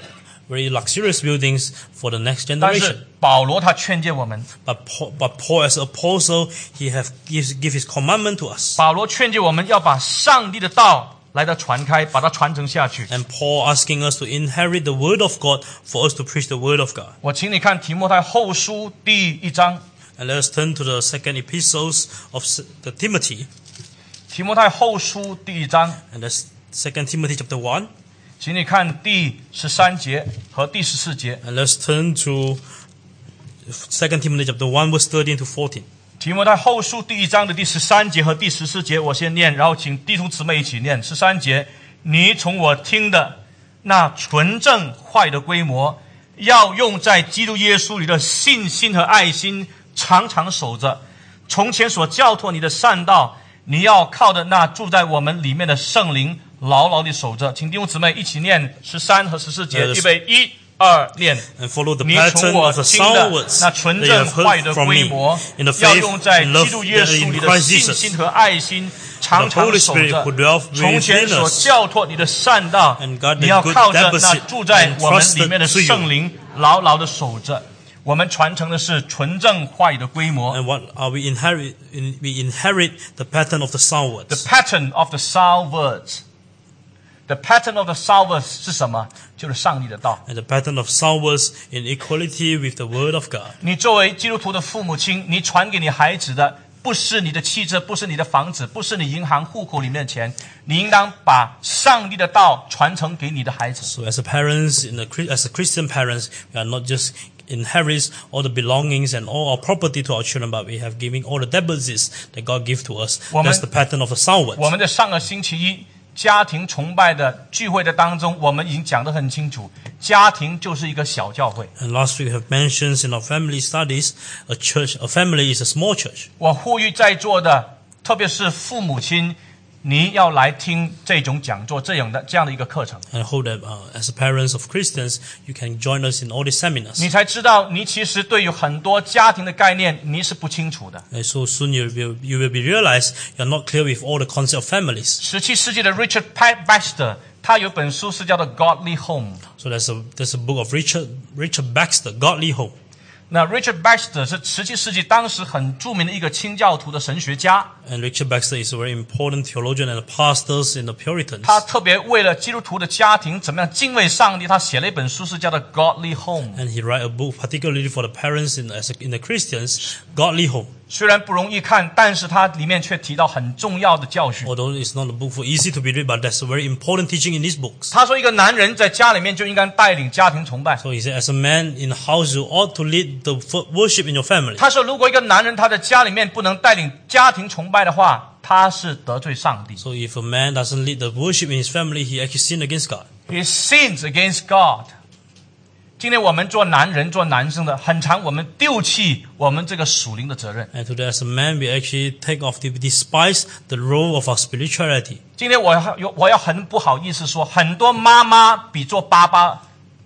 Speaker 2: very luxurious buildings for the next
Speaker 1: 但
Speaker 2: generation.
Speaker 1: 是保罗他劝诫我们，
Speaker 2: But Paul, but Paul as apostle, he have gives give his commandment to us.
Speaker 1: 保罗劝诫我们要把上帝的道来到传开，把它传承下去。
Speaker 2: And Paul asking us to inherit the word of God for us to preach the word of God.
Speaker 1: 我请你看提摩太后书第一章，
Speaker 2: And let us turn to the second epistles of S- the Timothy,
Speaker 1: 提摩太后书第一章，
Speaker 2: and that's Second Timothy chapter one.
Speaker 1: 请你看第十三节和第十四节。
Speaker 2: And let's turn to Second Timothy chapter one, verse thirteen to fourteen.
Speaker 1: 提摩太后书第一章的第十三节和第十四节，我先念，然后请弟兄姊妹一起念。十三节，你从我听的那纯正坏的规模，要用在基督耶稣里的信心和爱心，常常守着。从前所教托你的善道，你要靠着那住在我们里面的圣灵，牢牢地守着。请弟兄姊妹一起念十三和十四节，
Speaker 2: 呃
Speaker 1: 预备一二念。
Speaker 2: and follow the
Speaker 1: 你
Speaker 2: pattern
Speaker 1: 从我
Speaker 2: of the
Speaker 1: 听
Speaker 2: sound
Speaker 1: 的
Speaker 2: words
Speaker 1: 那
Speaker 2: that
Speaker 1: 纯
Speaker 2: you
Speaker 1: 正
Speaker 2: have
Speaker 1: 坏
Speaker 2: heard
Speaker 1: 的
Speaker 2: from
Speaker 1: 规
Speaker 2: me
Speaker 1: 模
Speaker 2: in the，
Speaker 1: 要
Speaker 2: faith
Speaker 1: 用在
Speaker 2: and
Speaker 1: 基
Speaker 2: love
Speaker 1: 督耶
Speaker 2: that
Speaker 1: 稣
Speaker 2: in
Speaker 1: 里的
Speaker 2: Christ
Speaker 1: 信心
Speaker 2: Jesus.
Speaker 1: 和爱心，常
Speaker 2: The
Speaker 1: 常
Speaker 2: Holy
Speaker 1: 守
Speaker 2: Spirit
Speaker 1: 着
Speaker 2: who dwelt。
Speaker 1: 从前
Speaker 2: within
Speaker 1: 所
Speaker 2: us.
Speaker 1: 教托你的善道
Speaker 2: And God，that
Speaker 1: 你要
Speaker 2: good
Speaker 1: 靠着那
Speaker 2: deposit
Speaker 1: 住在
Speaker 2: and
Speaker 1: 我们
Speaker 2: trusted
Speaker 1: 里面的
Speaker 2: to you.
Speaker 1: 圣灵，牢牢的守着。我们传承的是纯正话语的规模
Speaker 2: And what are we inherit? In, we inherit the pattern of the sound
Speaker 1: ，the
Speaker 2: words.
Speaker 1: pattern of the sound words， The pattern of the salvers 是什么？就是上帝的道。
Speaker 2: And the pattern of Saul was in equality with the Word of God.
Speaker 1: 你作为基督徒的父母亲，你传给你孩子的不是你的汽车，不是你的房子，不是你银行户口里面的钱，你应当把上帝的道传承给你的孩子。
Speaker 2: So as a parents, in the, Chri- as a Christian parents, we are not just inherit all the belongings and all our property to our children, but we have giving all the deposits that God give to us.
Speaker 1: 我们-
Speaker 2: That's the pattern of a Saul.
Speaker 1: 我们在上个星期一家庭崇拜的聚会的当中，我们已经讲得很清楚，家庭就是一个小教会。
Speaker 2: And last week we have mentioned in our family studies, a church, a family is a small church.
Speaker 1: 我呼吁在座的，特别是父母亲，你要来听这种讲座，这样的这样的一个课程，
Speaker 2: And I hope that uh, as a parents of Christians, you can join us in all these seminars.
Speaker 1: 你才知道你其实对于很多家庭的概念你是不清楚的。
Speaker 2: And so soon you will, you will be realized you're not clear with all the concept of families.
Speaker 1: 十七世纪的 Richard Pat Baxter，他有本书是叫做《Godly Home》。
Speaker 2: So there's a, there's a book of Richard, Richard Baxter, Godly Home.
Speaker 1: 那 Richard Baxter 是十七世纪当时很著名的一个清教徒的神学家，
Speaker 2: And Richard Baxter is a very important theologian and a pastor in the Puritans.
Speaker 1: 他特别为了基督徒的家庭怎么样敬畏上帝，他写了一本书是叫做《Godly Home》。
Speaker 2: And he write a book particularly for the parents in, as a, in the Christians, Godly Home.
Speaker 1: 虽然不容易看，但是它里面却提到很重要的教训。
Speaker 2: Although it's not a book for easy to be read, but that's a very important teaching in these books.
Speaker 1: 他说，一个男人在家里面就应该带领家庭崇拜。
Speaker 2: So he said, as a man in the house, you ought to lead the f- worship in your family.
Speaker 1: 他说，如果一个男人他在家里面不能带领家庭崇拜的话，他是得罪上帝。
Speaker 2: So if a man doesn't lead the worship in his family, he actually sin against God.
Speaker 1: He sins against God。今天我们做男人、做男生的，很常我们丢弃我们这个属灵的责任。
Speaker 2: And today, as a man, we actually take off, the, despise the role of our spirituality.
Speaker 1: 今天我要有我要很不好意思说，很多妈妈比做爸爸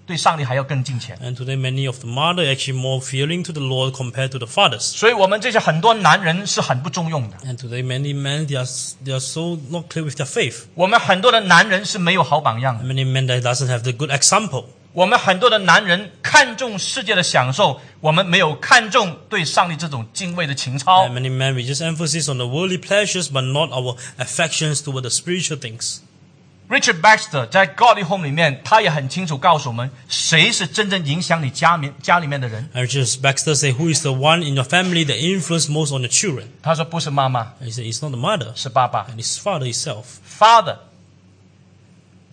Speaker 1: 对上帝还要更敬虔。
Speaker 2: And today, many of the mother actually more feeling to the Lord compared to the fathers.
Speaker 1: 所以我们这些很多男人是很不中用的，
Speaker 2: And today, many men they are they are so not clear with their faith.
Speaker 1: 我们很多的男人是没有好榜样的。
Speaker 2: Many men that doesn't have the good example.
Speaker 1: 我们很多的男人看重世界的享受，我们没有看重对上帝这种敬畏的情操
Speaker 2: And。many men we just emphasis on the worldly pleasures, but not our affections toward the spiritual things.
Speaker 1: Richard Baxter 在《Godly Home》里面，他也很清楚告诉我们，谁是真正影响你家面家里面的人。
Speaker 2: And just Baxter say, who is the one in your family that influence most on your children?
Speaker 1: 他说不是妈妈，
Speaker 2: And he said, it's not the mother,
Speaker 1: 是爸爸
Speaker 2: and it's father himself.
Speaker 1: ，father。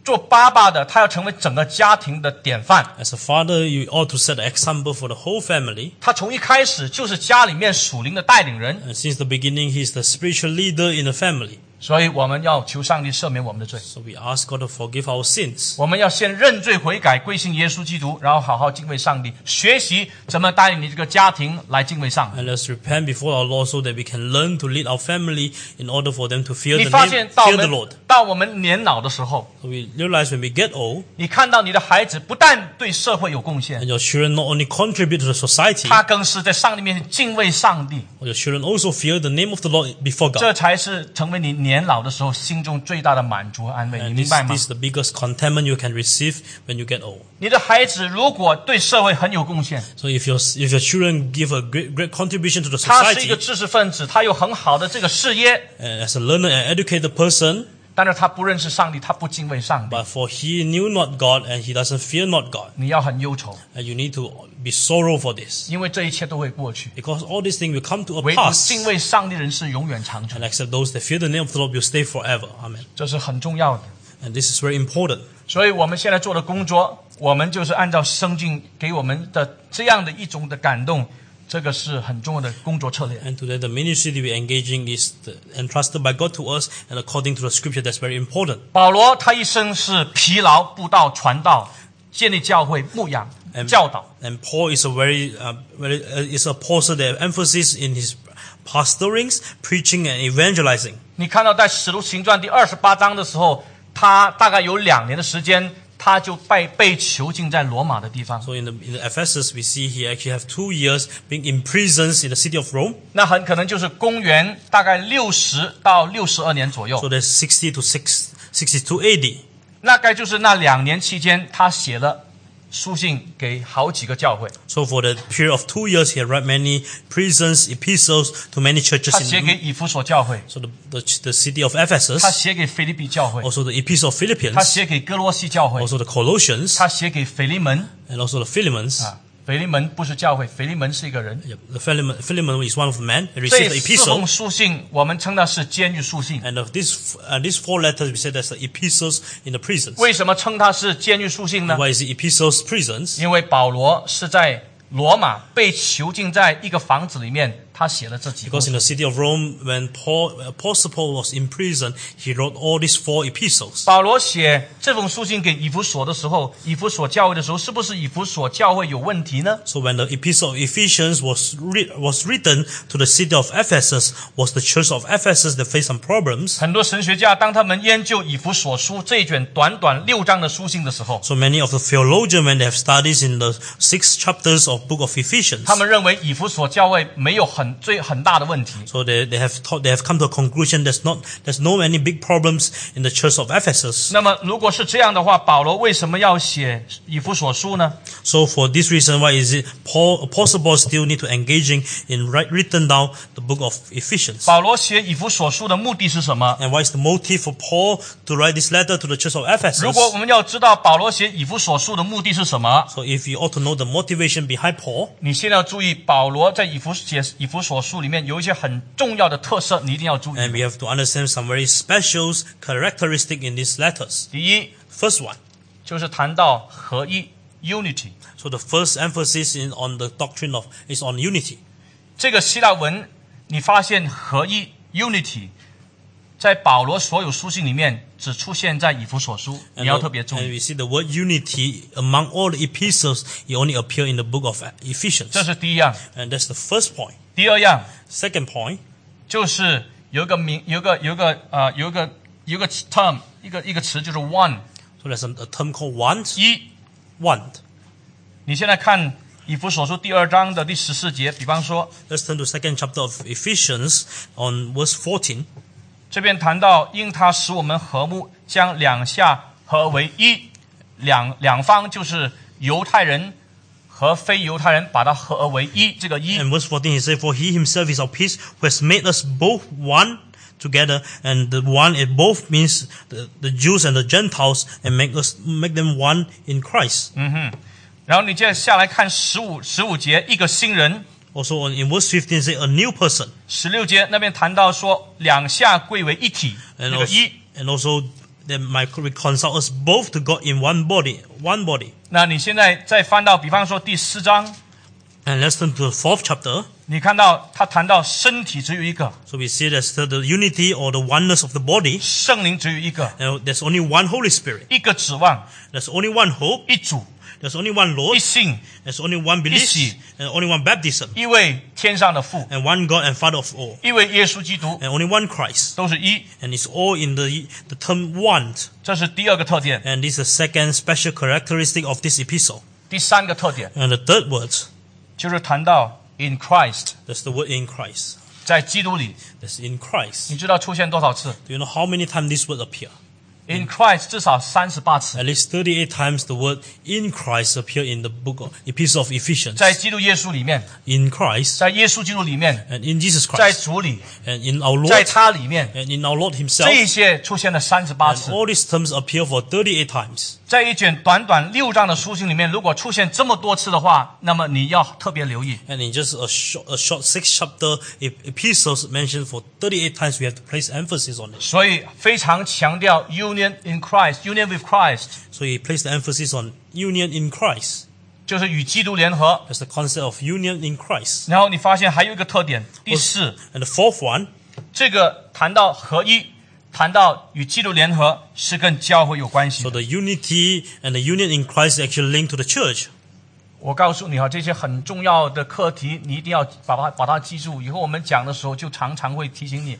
Speaker 1: 做爸爸的，他要成为整个家庭的典范。
Speaker 2: As a father, you ought to set an example for the whole family.
Speaker 1: 他从一开始就是家里面属灵的带领人，
Speaker 2: And since the beginning, he is the spiritual leader in the family.
Speaker 1: 所以我们要求上帝赦免我们的罪。
Speaker 2: So we ask God to forgive our sins.
Speaker 1: 我们要先认罪悔改，归信耶稣基督，然后好好敬畏上帝，学习怎么带领你这个家庭来敬畏上帝。
Speaker 2: And let's repent before our Lord so that we can learn to lead our family in order for them to fear
Speaker 1: 你
Speaker 2: the
Speaker 1: 发现
Speaker 2: name,
Speaker 1: 到我
Speaker 2: fear the
Speaker 1: 们
Speaker 2: Lord.
Speaker 1: 到我们年老的时候，
Speaker 2: So we realize when we get old,
Speaker 1: 你看到你的孩子不但对社会有贡献，
Speaker 2: and your children not only contribute to the society,
Speaker 1: 他更是在上帝面前敬畏上帝，
Speaker 2: but your children also fear the name of the Lord before
Speaker 1: 这
Speaker 2: God.
Speaker 1: 才是成为你年老的时候心中最大的满足和安哎慰。你
Speaker 2: And
Speaker 1: 明
Speaker 2: Uh, this,
Speaker 1: 白吗
Speaker 2: this？is the biggest contentment you can receive when you get old.
Speaker 1: 你的孩子如果对社会很有贡献，
Speaker 2: So if your if your children give a great great contribution to the
Speaker 1: 他是一
Speaker 2: society,
Speaker 1: 个知识分子，他有很好的这个事业，
Speaker 2: and as a learner and educated person,
Speaker 1: 但是他不认识上帝，他不敬畏上帝，
Speaker 2: But for he knew not God and he doesn't fear not God.
Speaker 1: 你要很忧愁，
Speaker 2: And you need to be sorrow for this.
Speaker 1: 因为这一切都会过去。
Speaker 2: Because all these things will come to a
Speaker 1: 唯独敬
Speaker 2: pass.
Speaker 1: 畏上帝的人是永远长存
Speaker 2: And，except those that fear the name of the Lord will stay forever. Amen.
Speaker 1: 这是很重要的。
Speaker 2: And this is very important.
Speaker 1: 所以我们现在做的工作，我们就是按照圣经给我们的这样的一种的感动，这个是很重要的工作策略。
Speaker 2: And today the ministry that we're engaging is the, entrusted by God to us and according to the scripture that's very important.
Speaker 1: 保罗他一生是疲劳布道、传道、建立教会、牧养、教导。
Speaker 2: And Paul is a very, uh, very uh, is a apostle that emphasis in his pastorings, preaching and evangelizing.
Speaker 1: 你看到在《使徒行传》第二十八章的时候，他大概有两年的时间，他就被被囚禁在罗马的地方。
Speaker 2: So in the, in the Ephesus, we see he actually have two years being imprisoned in the city of Rome.
Speaker 1: 那很可能就是公元大概六十到六十二年左右
Speaker 2: So。that's 60 to 6, 62 AD.
Speaker 1: 那该就是那两年期间，他写了书信给好几个教会，
Speaker 2: So for the period of two years, he wrote many prisons, epistles to many
Speaker 1: 他
Speaker 2: churches
Speaker 1: 写
Speaker 2: in
Speaker 1: 给以弗所教会，
Speaker 2: so the, the, the city of
Speaker 1: 他
Speaker 2: Ephesus,
Speaker 1: 写给菲利比教会，
Speaker 2: also the epistle of
Speaker 1: 他
Speaker 2: Philippians,
Speaker 1: 写给哥罗西教会，
Speaker 2: also the Colossians,
Speaker 1: 他写给腓利门
Speaker 2: and also the Philemons.
Speaker 1: 啊，腓利门不是教会，腓利门是一个人。
Speaker 2: Yep, the Philemon, Philemon is one of the men. He
Speaker 1: 这
Speaker 2: received the
Speaker 1: 四封 [LAUGHS]
Speaker 2: epistle,
Speaker 1: 书信我们称它是监狱书信。
Speaker 2: and of these uh, these four letters, we said that's the epistles in the prisons.
Speaker 1: 为什么称它是监狱书信呢？
Speaker 2: Why is the epistles prisons?
Speaker 1: 因为保罗是在罗马被囚禁在一个房子里面，他写了这几封
Speaker 2: Because in the city of Rome, when Paul, Apostle Paul was in prison, he wrote all these four epistles.
Speaker 1: 保罗写这封书信给以弗所的时候，以弗所教会的时候，是不是以弗所教会有问题呢？
Speaker 2: So when the epistle of Ephesians was re- was written to the city of Ephesus, was the church of Ephesus that faced some problems.
Speaker 1: 很多神学家当他们研究以弗所书这一卷短短六章的书信的时候，
Speaker 2: So many of the theologians, when they have studies in the six chapters of book of Ephesians,
Speaker 1: 他们认为以弗所教会没有很最很大的问题。
Speaker 2: so they, they have thought, they have come to a conclusion there's not there's no any big problems in the church of Ephesus.
Speaker 1: 那么如果是这样的话，保罗为什么要写以弗所书呢？
Speaker 2: So for this reason, why is it Paul Apostle Paul still need to engaging in write, written down the book of Ephesians?
Speaker 1: 保罗写以弗所书的目的是什么？
Speaker 2: And what is the motive for Paul to write this letter to the church of
Speaker 1: 如果
Speaker 2: Ephesus?
Speaker 1: 我们要知道保罗写以弗所书的目的是什么，
Speaker 2: So if you ought to know the motivation behind Paul,
Speaker 1: 你先要注意保罗在以弗写以弗所书里面有一些很重要的特色，你一定要注
Speaker 2: and
Speaker 1: 意。
Speaker 2: we have to understand some very special characteristic in these letters.
Speaker 1: 第一
Speaker 2: First one,
Speaker 1: 就是谈到合一 （unity），
Speaker 2: so the first emphasis in on the doctrine of is on unity.
Speaker 1: 这个希腊文你发现合一 （unity） 在保罗所有书信里面只出现在以弗所书，你
Speaker 2: And,
Speaker 1: 要
Speaker 2: the-
Speaker 1: 特别注
Speaker 2: and
Speaker 1: 意。
Speaker 2: we see the word unity among all the epistles, it only appear in the book of Ephesians.
Speaker 1: 这是第一样。
Speaker 2: And that's the first point.
Speaker 1: 第二样
Speaker 2: Second point,
Speaker 1: 就是有一个名，有一个有一个呃，有一个有一个 term，一个一个词就是 one
Speaker 2: so there's a, a term called want.
Speaker 1: 一。
Speaker 2: Want.
Speaker 1: 你现在看以弗所书第二章的第十四节，比方说
Speaker 2: Let's turn to second chapter of Ephesians on verse 14.
Speaker 1: 这边谈到，因他使我们和睦，将两下合为一，两两方就是犹太人和非犹太人，把它合而为一。这个一
Speaker 2: And verse 14 he said, For he himself is our peace, who has made us both one together, and the one it both means the, the Jews and the Gentiles, and make us make them one in Christ.
Speaker 1: 然后你接着下来看十五十五节，一个新人。
Speaker 2: Also on, in verse 15 he said, A new person.
Speaker 1: 十六节那边谈到说，两下归为一体，这
Speaker 2: And
Speaker 1: 个
Speaker 2: also,
Speaker 1: 一。
Speaker 2: and also that might reconcile us both to God in one body, one body.
Speaker 1: 那你现在再翻到，比方说第四章，
Speaker 2: And let's turn to the fourth chapter.
Speaker 1: 你看到他谈到身体只有一个，
Speaker 2: So we see there's the, the unity or the oneness of the body.
Speaker 1: 圣灵只有一个，
Speaker 2: Now, there's only one Holy Spirit.
Speaker 1: 一个指望，
Speaker 2: There's only one hope.
Speaker 1: 一主，
Speaker 2: There's only one
Speaker 1: 一
Speaker 2: Lord.
Speaker 1: 信，
Speaker 2: There's only one belief.
Speaker 1: Isi.
Speaker 2: And only one baptism.
Speaker 1: 一位天上的父，
Speaker 2: and one God and Father of all,
Speaker 1: 一位耶稣基督，
Speaker 2: and only one Christ,
Speaker 1: 都是一。
Speaker 2: and it's all in the the term want,
Speaker 1: 这是第二个特点，
Speaker 2: and this is the second special characteristic of this epistle.
Speaker 1: 第三个特点
Speaker 2: And the third word,
Speaker 1: 就是谈到 in Christ，
Speaker 2: that's the word in Christ.
Speaker 1: 在基督里，
Speaker 2: That's in Christ.
Speaker 1: 你知道出现多少次
Speaker 2: Do you know how many times this word appear?
Speaker 1: ？in Christ 至少三十八次，
Speaker 2: At least 38 times the word in Christ appear in the book of epistle of Ephesians.
Speaker 1: 在基督耶稣里面，
Speaker 2: In Christ
Speaker 1: 在耶稣基督里面，
Speaker 2: and in Jesus
Speaker 1: 在
Speaker 2: Christ
Speaker 1: 主里，
Speaker 2: and in our
Speaker 1: 在
Speaker 2: Lord
Speaker 1: 他里面，
Speaker 2: and in our Lord himself.
Speaker 1: 这一些出现了三十八
Speaker 2: And
Speaker 1: 次。
Speaker 2: all these terms appear for 38 times.
Speaker 1: 在一卷短短六章的书信里面，如果出现这么多次的话，那么你要特别留意。
Speaker 2: And in just a short, a short six chapter ep- epistles mentioned for 38 times, we have to place emphasis on it.
Speaker 1: 所以非常强调 union in Christ，union with Christ，
Speaker 2: So he placed the emphasis on union in Christ.
Speaker 1: 就是与基督联合。
Speaker 2: That's the concept of union in Christ.
Speaker 1: 然后你发现还有一个特点，第四，
Speaker 2: And the fourth one,
Speaker 1: 这个谈到合一，谈到与基督联合，是跟教会有关系
Speaker 2: so
Speaker 1: 的。
Speaker 2: the unity and the union in Christ is actually linked to the church.
Speaker 1: 我告诉你哈，这些很重要的课题，你一定要把它把它记住。以后我们讲的时候，就常常会提醒你。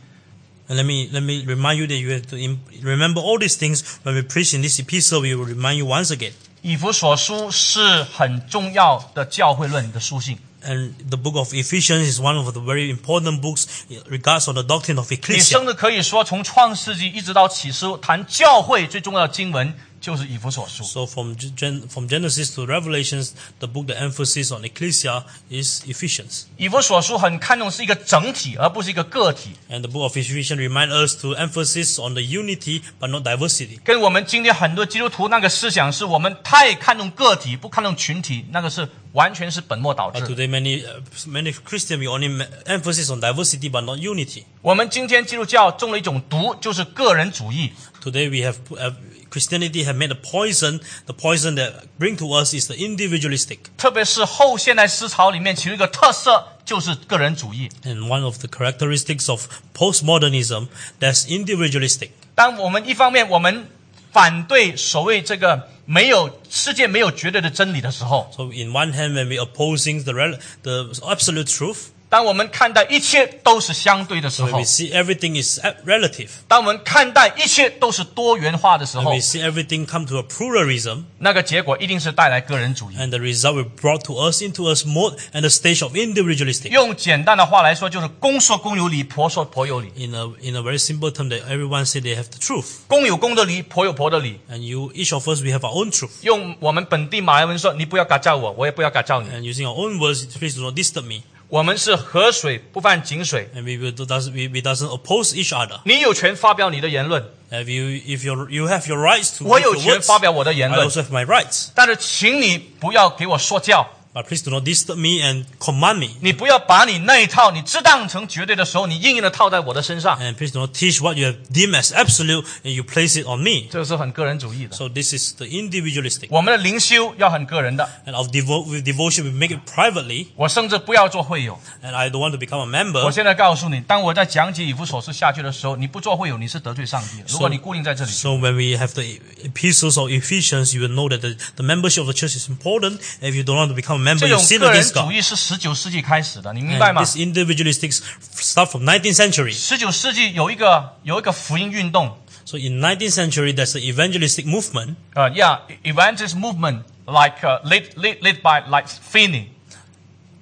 Speaker 2: And let me let me remind you that you have to im- remember all these things when we preach in this epistle. We will remind you once again.
Speaker 1: 以弗所书是很重要的教会论的书信，
Speaker 2: And the book of Ephesians is one of the very important books in regards on the doctrine of
Speaker 1: 你
Speaker 2: ecclesia.
Speaker 1: 甚至可以说，从创世纪一直到启示录，谈教会最重要的经文就是以弗所书。
Speaker 2: So from G- Gen- from Genesis to Revelations, the book the emphasis on ecclesia is Ephesians,
Speaker 1: 以弗所书很看重是一个整体，而不是一个个体，
Speaker 2: and the book of Ephesians remind us to emphasis on the unity but not diversity.
Speaker 1: 跟我们今天很多基督徒那个思想是我们太看重个体，不看重群体，那个是完全是本末倒
Speaker 2: But
Speaker 1: 置。
Speaker 2: today, many uh, many Christian we only ma- emphasis on diversity but not unity.
Speaker 1: 我们今天基督教中了一种毒，就是个人主义。
Speaker 2: Today we have pu- uh, Christianity have made a poison. The poison that bring to us is the individualistic,
Speaker 1: 特别是后现代思潮里面，其中一个特色就是个人主义。
Speaker 2: and one of the characteristics of postmodernism that's individualistic.
Speaker 1: 当我们一方面我们反对所谓这个没有世界没有绝对的真理的时候，
Speaker 2: So in one hand, when we opposing the rel- the absolute truth,
Speaker 1: 当我们看待一切都是相对的时
Speaker 2: when
Speaker 1: 候
Speaker 2: we，see everything is a- relative,
Speaker 1: 当我们看待一切都是多元化的时
Speaker 2: when
Speaker 1: 候
Speaker 2: we，see everything come to a pluralism,
Speaker 1: 那个结果一定是带来个人主义。
Speaker 2: and the result will brought to us into us more and the stage of individualistic.
Speaker 1: 用简单的话来说，就是公说公有理，婆说婆有理，
Speaker 2: In a in a very simple term, that everyone say they have the truth,
Speaker 1: 公有公的理，婆有婆的理。
Speaker 2: and you each of us we have our own truth.
Speaker 1: 用我们本地马来文说，你不要嘎叫我，我也不要嘎叫你。
Speaker 2: And using our own words, please do not disturb me.
Speaker 1: 我们是河水不犯井水，
Speaker 2: and we will doesn't we, we doesn't oppose each other.
Speaker 1: 你有权发表你的言论，
Speaker 2: If you if you you have your rights to
Speaker 1: 我
Speaker 2: give
Speaker 1: 有
Speaker 2: your
Speaker 1: 权
Speaker 2: words,
Speaker 1: 发表我的言
Speaker 2: I
Speaker 1: 论，
Speaker 2: also have my rights.
Speaker 1: 但是请你不要给我说教，
Speaker 2: But please do not disturb me and command me,
Speaker 1: 你不要把你那一套你自当成绝对的时候，你硬硬的套在我的身上，
Speaker 2: and please do not teach what you have deemed as absolute and you place it on me.
Speaker 1: 这个是很个人主义的。
Speaker 2: So this is the individualistic,
Speaker 1: 我们的灵修要很个人的，
Speaker 2: and of devo- with devotion we make it privately,
Speaker 1: 我甚至不要做会友。
Speaker 2: and I don't want to become a member.
Speaker 1: 我现在告诉你，当我在讲解以弗所示下去的时候，你不做会友，你是得罪上帝的。如果你固定在这里，
Speaker 2: So when we have the epistles or Ephesians, you will know that the, the membership of the church is important. If you don't want to become a member,
Speaker 1: 这
Speaker 2: you
Speaker 1: 种
Speaker 2: sin
Speaker 1: 个人
Speaker 2: against
Speaker 1: 主
Speaker 2: God.
Speaker 1: 义是十九世纪开始的，你明白
Speaker 2: And
Speaker 1: 吗？
Speaker 2: this individualistic start from 19th century.
Speaker 1: 十九世纪有一个有一个福音运动，
Speaker 2: So in 19th century, there's the evangelistic movement.
Speaker 1: 呃、y e a h evangelist movement like、uh, led led led by like Finney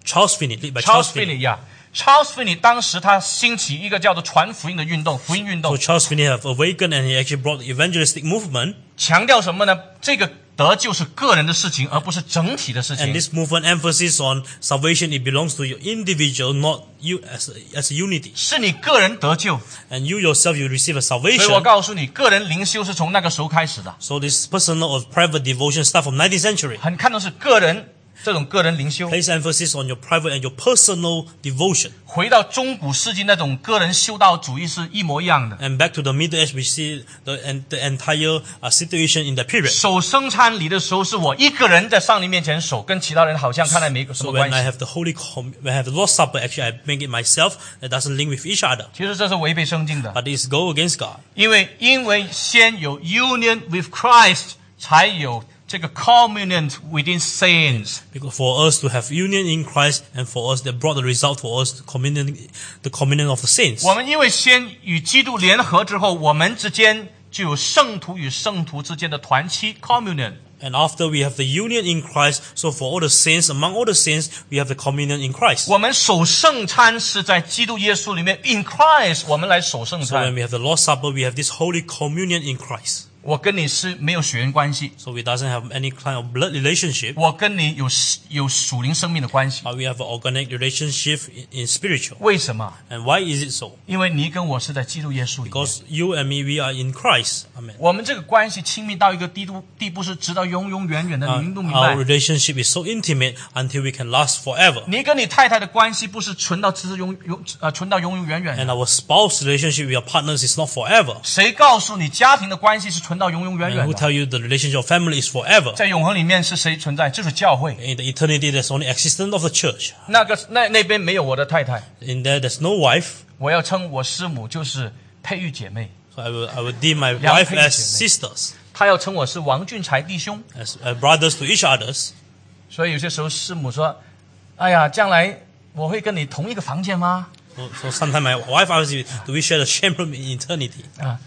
Speaker 2: Charles Finney, led by
Speaker 1: Charles
Speaker 2: Charles,
Speaker 1: Finney
Speaker 2: Finney.
Speaker 1: 呀、Charles Finney 当时他兴起一个叫做传福音的运动，福音运
Speaker 2: So
Speaker 1: 动
Speaker 2: Charles Finney have awakened and he actually brought the evangelistic movement.
Speaker 1: 强调什么呢？这个得救是个人的事情，而不是整体的事
Speaker 2: And
Speaker 1: 情。
Speaker 2: this movement emphasis on salvation, it belongs to your individual, not you as a, as a unity.
Speaker 1: 是你个人得救，
Speaker 2: And you yourself, you receive a
Speaker 1: 所以
Speaker 2: salvation.
Speaker 1: 我告诉你，个人灵修是从那个时候开始的，
Speaker 2: So this personal or private devotion start from 19th century.
Speaker 1: 很看重是个人这种个人灵修。
Speaker 2: Place emphasis on your private and your personal devotion.
Speaker 1: 回到中古世纪那种个人修道主义是一模一样的。
Speaker 2: And back to the Middle Age, we see the, and the entire uh, situation in that period.
Speaker 1: 守生餐礼的时候，是我一个人在上帝面前守，跟其他人好像看来没什
Speaker 2: So
Speaker 1: 么
Speaker 2: when
Speaker 1: 关
Speaker 2: I
Speaker 1: 系。
Speaker 2: have the Holy Com- when I have the Lord's Supper, actually I make it myself. It doesn't link with each other,
Speaker 1: 其实这是违背圣经的，
Speaker 2: but it's go against God.
Speaker 1: 因为因为先有 union with Christ，才有这个 communion within saints。
Speaker 2: Because for us to have union in Christ, and for us that brought the result for us the communion, the communion of the saints.
Speaker 1: 我们因为先与基督联合之后，我们之间就有圣徒与圣徒之间的团契 communion。
Speaker 2: And after we have the union in Christ, so for all the saints, among all the saints, we have the communion in Christ.
Speaker 1: 我们守圣餐是在基督耶稣里面 in Christ，我们来守圣
Speaker 2: So when
Speaker 1: 餐。
Speaker 2: we have the Lord's Supper, we have this holy communion in Christ.
Speaker 1: 我跟你是没有血缘关系，
Speaker 2: So we doesn't have any kind of blood relationship,
Speaker 1: 我跟你有有属灵生命的关系。
Speaker 2: but we have an organic relationship in, in spiritual.
Speaker 1: 为什么？
Speaker 2: And why is it so?
Speaker 1: 因为你跟我是在基督耶稣里面。
Speaker 2: Because you and me, we are in Christ. Amen.
Speaker 1: 我们这个关系亲密到一个地步，地步是直到永永远远的，你明不明白？
Speaker 2: our relationship is so intimate until we can last forever.
Speaker 1: 你跟你太太的关系不是存到直至永永呃存到永永远远的
Speaker 2: And our spouse relationship with our partners is not forever.
Speaker 1: 谁告诉你家庭的关系是存到永永远
Speaker 2: And
Speaker 1: 远
Speaker 2: who
Speaker 1: 的？
Speaker 2: tell you the relationship of family is forever?
Speaker 1: 在永恒里面是谁存在？就是教会。
Speaker 2: In the eternity, there's only existence of the church.
Speaker 1: 那个那那边没有我的太太，
Speaker 2: In there, there's no wife.
Speaker 1: 我要称我师母就是佩玉姐妹，
Speaker 2: So I will, I will deem my
Speaker 1: Yeah,
Speaker 2: wife
Speaker 1: I think it's
Speaker 2: as
Speaker 1: in
Speaker 2: sisters,
Speaker 1: 她要称我是王俊才弟兄。
Speaker 2: as uh, brothers to each others.
Speaker 1: 所以有些时候师母说：“哎呀，将来我会跟你同一个房间吗？”
Speaker 2: So, so sometimes my wife asks you, do we share the same room in eternity?
Speaker 1: 啊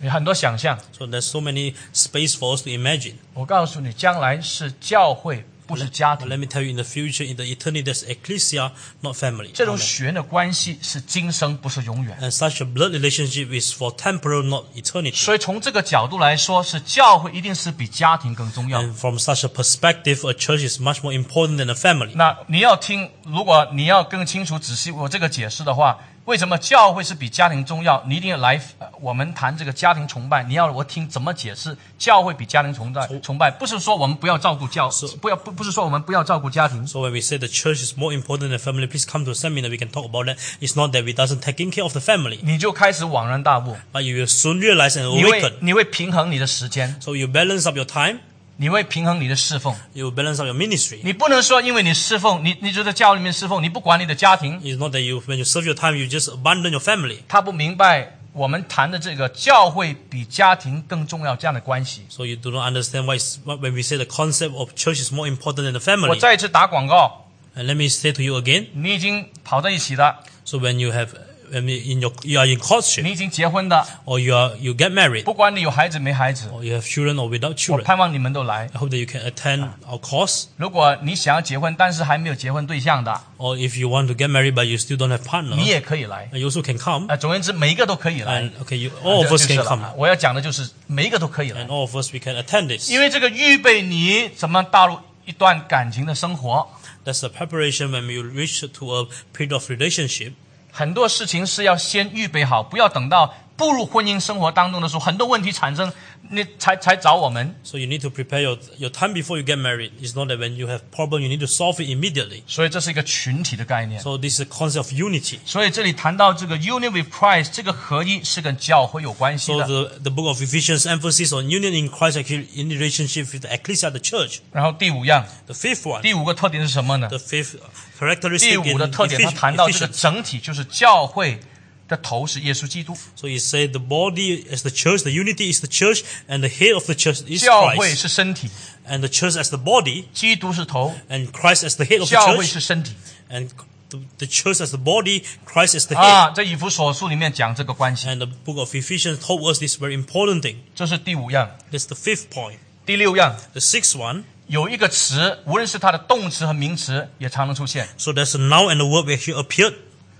Speaker 1: 有很多想象。
Speaker 2: So there's so many space for us to imagine.
Speaker 1: 我告诉你，将来是教会不是家
Speaker 2: But
Speaker 1: 庭。
Speaker 2: let me tell you, in the future, in the eternity, there's ecclesia, not family.
Speaker 1: 这种
Speaker 2: Amen.
Speaker 1: 血缘的关系是今生，不是永远。
Speaker 2: And such a blood relationship is for temporal, not eternity.
Speaker 1: 所以从这个角度来说，是教会一定是比家庭更重要。
Speaker 2: And from such a perspective, a church is much more important than a family.
Speaker 1: 那你要听，如果你要更清楚、仔细我这个解释的话，为什么教会是比家庭重要？你一定要来，呃我们谈这个家庭崇拜。你要我听怎么解释教会比家庭崇拜？崇拜不是说我们不要照顾教，不要不不是说我们不要照顾家庭，
Speaker 2: So when we say the church is more important than family, please come to a seminar. We can talk about that. It's not that we doesn't taking care of the family,
Speaker 1: 你就开始恍然大悟，
Speaker 2: but you will soon realize and
Speaker 1: 你会
Speaker 2: awaken.
Speaker 1: 你会平衡你的时间，
Speaker 2: So you balance up your time.
Speaker 1: 你会平衡你的侍奉。
Speaker 2: You will balance up your ministry.
Speaker 1: 你不能说因为你侍奉，你你就在教会里面侍奉，你不管你的家庭。
Speaker 2: It's not that you when you serve your time, you just abandon your family.
Speaker 1: 他不明白我们谈的这个教会比家庭更重要这样的关系。
Speaker 2: So you do not understand why it's, what- when we say the concept of church is more important
Speaker 1: 我
Speaker 2: than the family.
Speaker 1: 再一次打广告，
Speaker 2: And let me say to you again.
Speaker 1: 你已经跑在一起的，
Speaker 2: So when you have when you- in your you are in courtship
Speaker 1: 你已经结婚的，
Speaker 2: or you are you get married
Speaker 1: 不管你有孩子没孩子，
Speaker 2: or you have children or without
Speaker 1: 我
Speaker 2: children.
Speaker 1: 盼望你们都来
Speaker 2: I。hope that you can attend our course.
Speaker 1: 如果你想要结婚，但是还没有结婚对象的，
Speaker 2: Or if you want to get married but you still don't have partner,
Speaker 1: 你也可以来。
Speaker 2: you also can come.
Speaker 1: 啊，总而言之，每一个都可以来。
Speaker 2: And okay, you, 嗯 all
Speaker 1: 这
Speaker 2: of
Speaker 1: 就
Speaker 2: us
Speaker 1: 是
Speaker 2: can
Speaker 1: 了
Speaker 2: come, 嗯
Speaker 1: 啊。我要讲的就是每一个都可以来
Speaker 2: and，all of us we can attend this.
Speaker 1: 因为这个预备你怎么踏入一段感情的生活。
Speaker 2: That's the preparation when we reach to a period of relationship.
Speaker 1: 很多事情是要先预备好，不要等到步入婚姻生活当中的时候，很多问题产生，你才才找我们。
Speaker 2: So you need to prepare your your time before you get married. It's not that when you have problem you need to solve it immediately.
Speaker 1: 所以这是一个群体的概念。
Speaker 2: So this is a concept of unity.
Speaker 1: 所以这里谈到这个 union with Christ 这个合一是跟教会有关系
Speaker 2: So
Speaker 1: 的。
Speaker 2: the, the book of Ephesians emphasis on union in Christ actually in relationship with the ecclesia, the church.
Speaker 1: 然后第五样，
Speaker 2: The fifth one,
Speaker 1: 第五个特点是什么呢
Speaker 2: the？fifth
Speaker 1: 第
Speaker 2: characteristic
Speaker 1: 五
Speaker 2: in
Speaker 1: 的特点，他
Speaker 2: Ephes-
Speaker 1: 谈到这个
Speaker 2: Ephesians.
Speaker 1: 整体就是教会的头是耶稣基督，
Speaker 2: So he said the body is the church, the unity is the church, and the head of the church is
Speaker 1: 教会
Speaker 2: Christ.
Speaker 1: 是身体，
Speaker 2: And the church as the body,
Speaker 1: 基督是头，
Speaker 2: and Christ as the head of the
Speaker 1: 教会
Speaker 2: church,
Speaker 1: 是身体
Speaker 2: and the, the church as the body, Christ as the head.
Speaker 1: 啊。在以弗所书里面讲这个关系，
Speaker 2: And the book of Ephesians told us this very important thing.
Speaker 1: 这是第五样。
Speaker 2: That's the fifth point.
Speaker 1: 第六样，
Speaker 2: The sixth one.
Speaker 1: 有一个词，无论是它的动词和名词，也常常出现。
Speaker 2: So there's a noun and the verb actually appeared.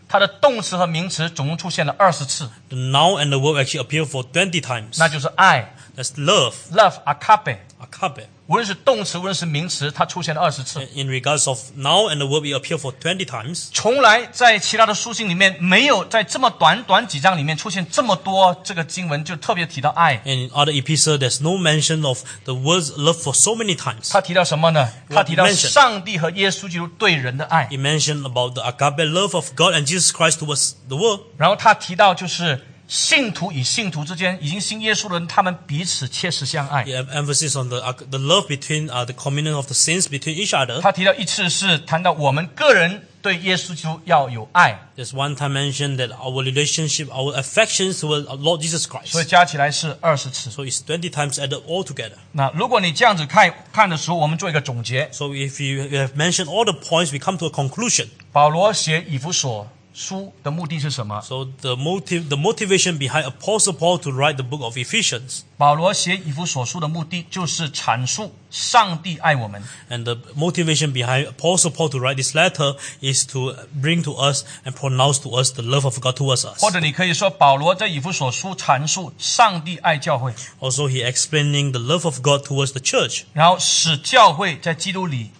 Speaker 1: 它的动词和名词总共出现了二十次，
Speaker 2: The noun and the verb actually appear for 20 times.
Speaker 1: 那就是爱
Speaker 2: That's love,
Speaker 1: （love akape）。
Speaker 2: akabe.
Speaker 1: 无论是动词，无论是名词，它出现了二十次。
Speaker 2: In regards of noun and the verb, it appear for 20 times.
Speaker 1: 从来在其他的书信里面没有在这么短短几章里面出现这么多这个经文，就特别提到爱。
Speaker 2: In other epistles, there's no mention of the words love for so many times.
Speaker 1: 他提到什么呢？他提到上帝和耶稣基督对人的爱，
Speaker 2: He mentioned about the agape love of God and Jesus Christ towards the world.
Speaker 1: 然后他提到就是信徒与信徒之间，已经信耶稣的人，他们彼此切实相爱
Speaker 2: He。have emphasis on the the love between uh, the communion of the saints between each other.
Speaker 1: 他提到一次是谈到我们个人对耶稣基督要有爱，
Speaker 2: There's one time mentioned that our relationship, our affections towards our Lord Jesus
Speaker 1: 所以
Speaker 2: Christ.
Speaker 1: 加起来是二十次。
Speaker 2: So it's 20 times added all together.
Speaker 1: 那如果你这样子看看的时候，我们做一个总结。
Speaker 2: So if you you have mentioned all the points, we come to a conclusion.
Speaker 1: 保罗写以弗所书的目的是什么？
Speaker 2: So the motive, the motivation behind Apostle Paul to write the book of Ephesians,
Speaker 1: 保罗写以弗所书的目的就是阐述上帝爱我们，
Speaker 2: and the motivation behind Apostle Paul to write this letter is to bring to us and pronounce to us the love of God towards us.
Speaker 1: 或者你可以说保罗在以弗所书阐述上帝爱教会，
Speaker 2: Also, he explaining the love of God towards the church.
Speaker 1: 然后使教会在基督里，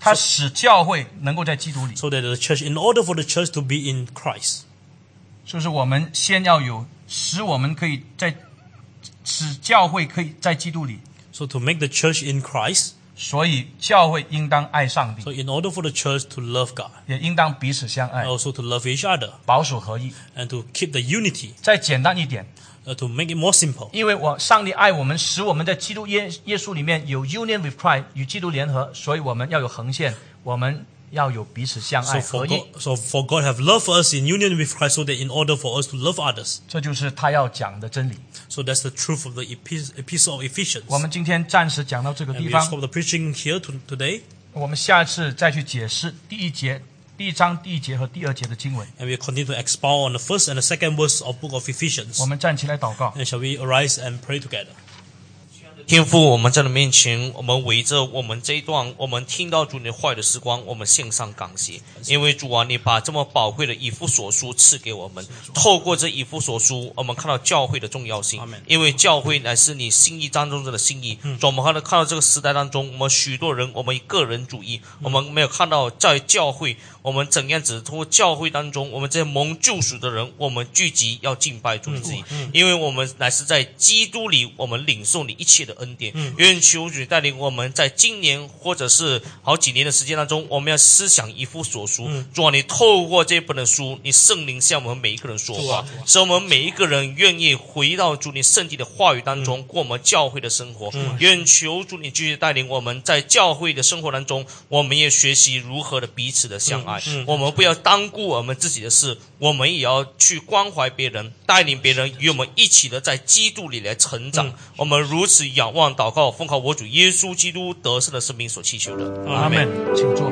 Speaker 1: 他使教会能够在基督里，
Speaker 2: so that the church, in order for the church to be in Christ,
Speaker 1: 就是我们先要有使我们可以在使教会可以在基督里，
Speaker 2: so to make the church in Christ,
Speaker 1: 所以教会应当爱上帝
Speaker 2: so，in order for the church to love God,
Speaker 1: 也应当彼此相爱
Speaker 2: and，also to love each other,
Speaker 1: 保守合一。
Speaker 2: and to keep the unity,
Speaker 1: 再简单一点，
Speaker 2: uh, to make it more simple.
Speaker 1: 因为我上帝爱我们，使我们在基督耶耶稣里面有 union with Christ 与基督联合，所以我们要有横线，我们要有彼此相
Speaker 2: So
Speaker 1: 爱
Speaker 2: for
Speaker 1: 合一，
Speaker 2: God, so for God have loved us in union with Christ, so that in order for us to love others,
Speaker 1: 这就是他要讲的真理。
Speaker 2: so that's the truth of the epi- epistle of Ephesians.
Speaker 1: 我们今天暂时讲到这个
Speaker 2: And
Speaker 1: 地
Speaker 2: we
Speaker 1: 方，
Speaker 2: stop the preaching here to, today,
Speaker 1: 我们下次再去解释第一节、第一章第一节和第二节的经文。
Speaker 2: and we continue to expound on the first and the second verse of book of Ephesians.
Speaker 1: 我们站起来祷告。
Speaker 2: And shall we arise and pray together?
Speaker 3: 亲爱的天父，我们在你面前，我们围着我们这一段，我们听到主你话语的时光，我们献上感谢，因为主啊，你把这么宝贵的以父所书赐给我们。透过这以父所书，我们看到教会的重要性
Speaker 2: Amen，
Speaker 3: 因为教会乃是你心意当中的心意。所以我们看到看到这个时代当中，我们许多人，我们以个人主义，我们没有看到在教会，我们怎样子通过教会当中，我们这些蒙救赎的人，我们聚集要敬拜主你自己，因为我们乃是在基督里，我们领受你一切的恩典。愿求主带领我们在今年或者是好几年的时间当中，我们要思想一夫所书。主啊，你透过这本的书，你圣灵向我们每一个人说话，使我们每一个人愿意回到主你圣地的话语当中，过我们教会的生活。愿求主你继续带领我们在教会的生活当中，我们也学习如何的彼此的相爱。我们不要单顾我们自己的事，我们也要去关怀别人，带领别人与我们一起的在基督里来成长。我们如此仰望祷告，奉靠我主耶稣基督得胜的圣名所祈求的。
Speaker 2: 阿
Speaker 4: 阿门，请坐。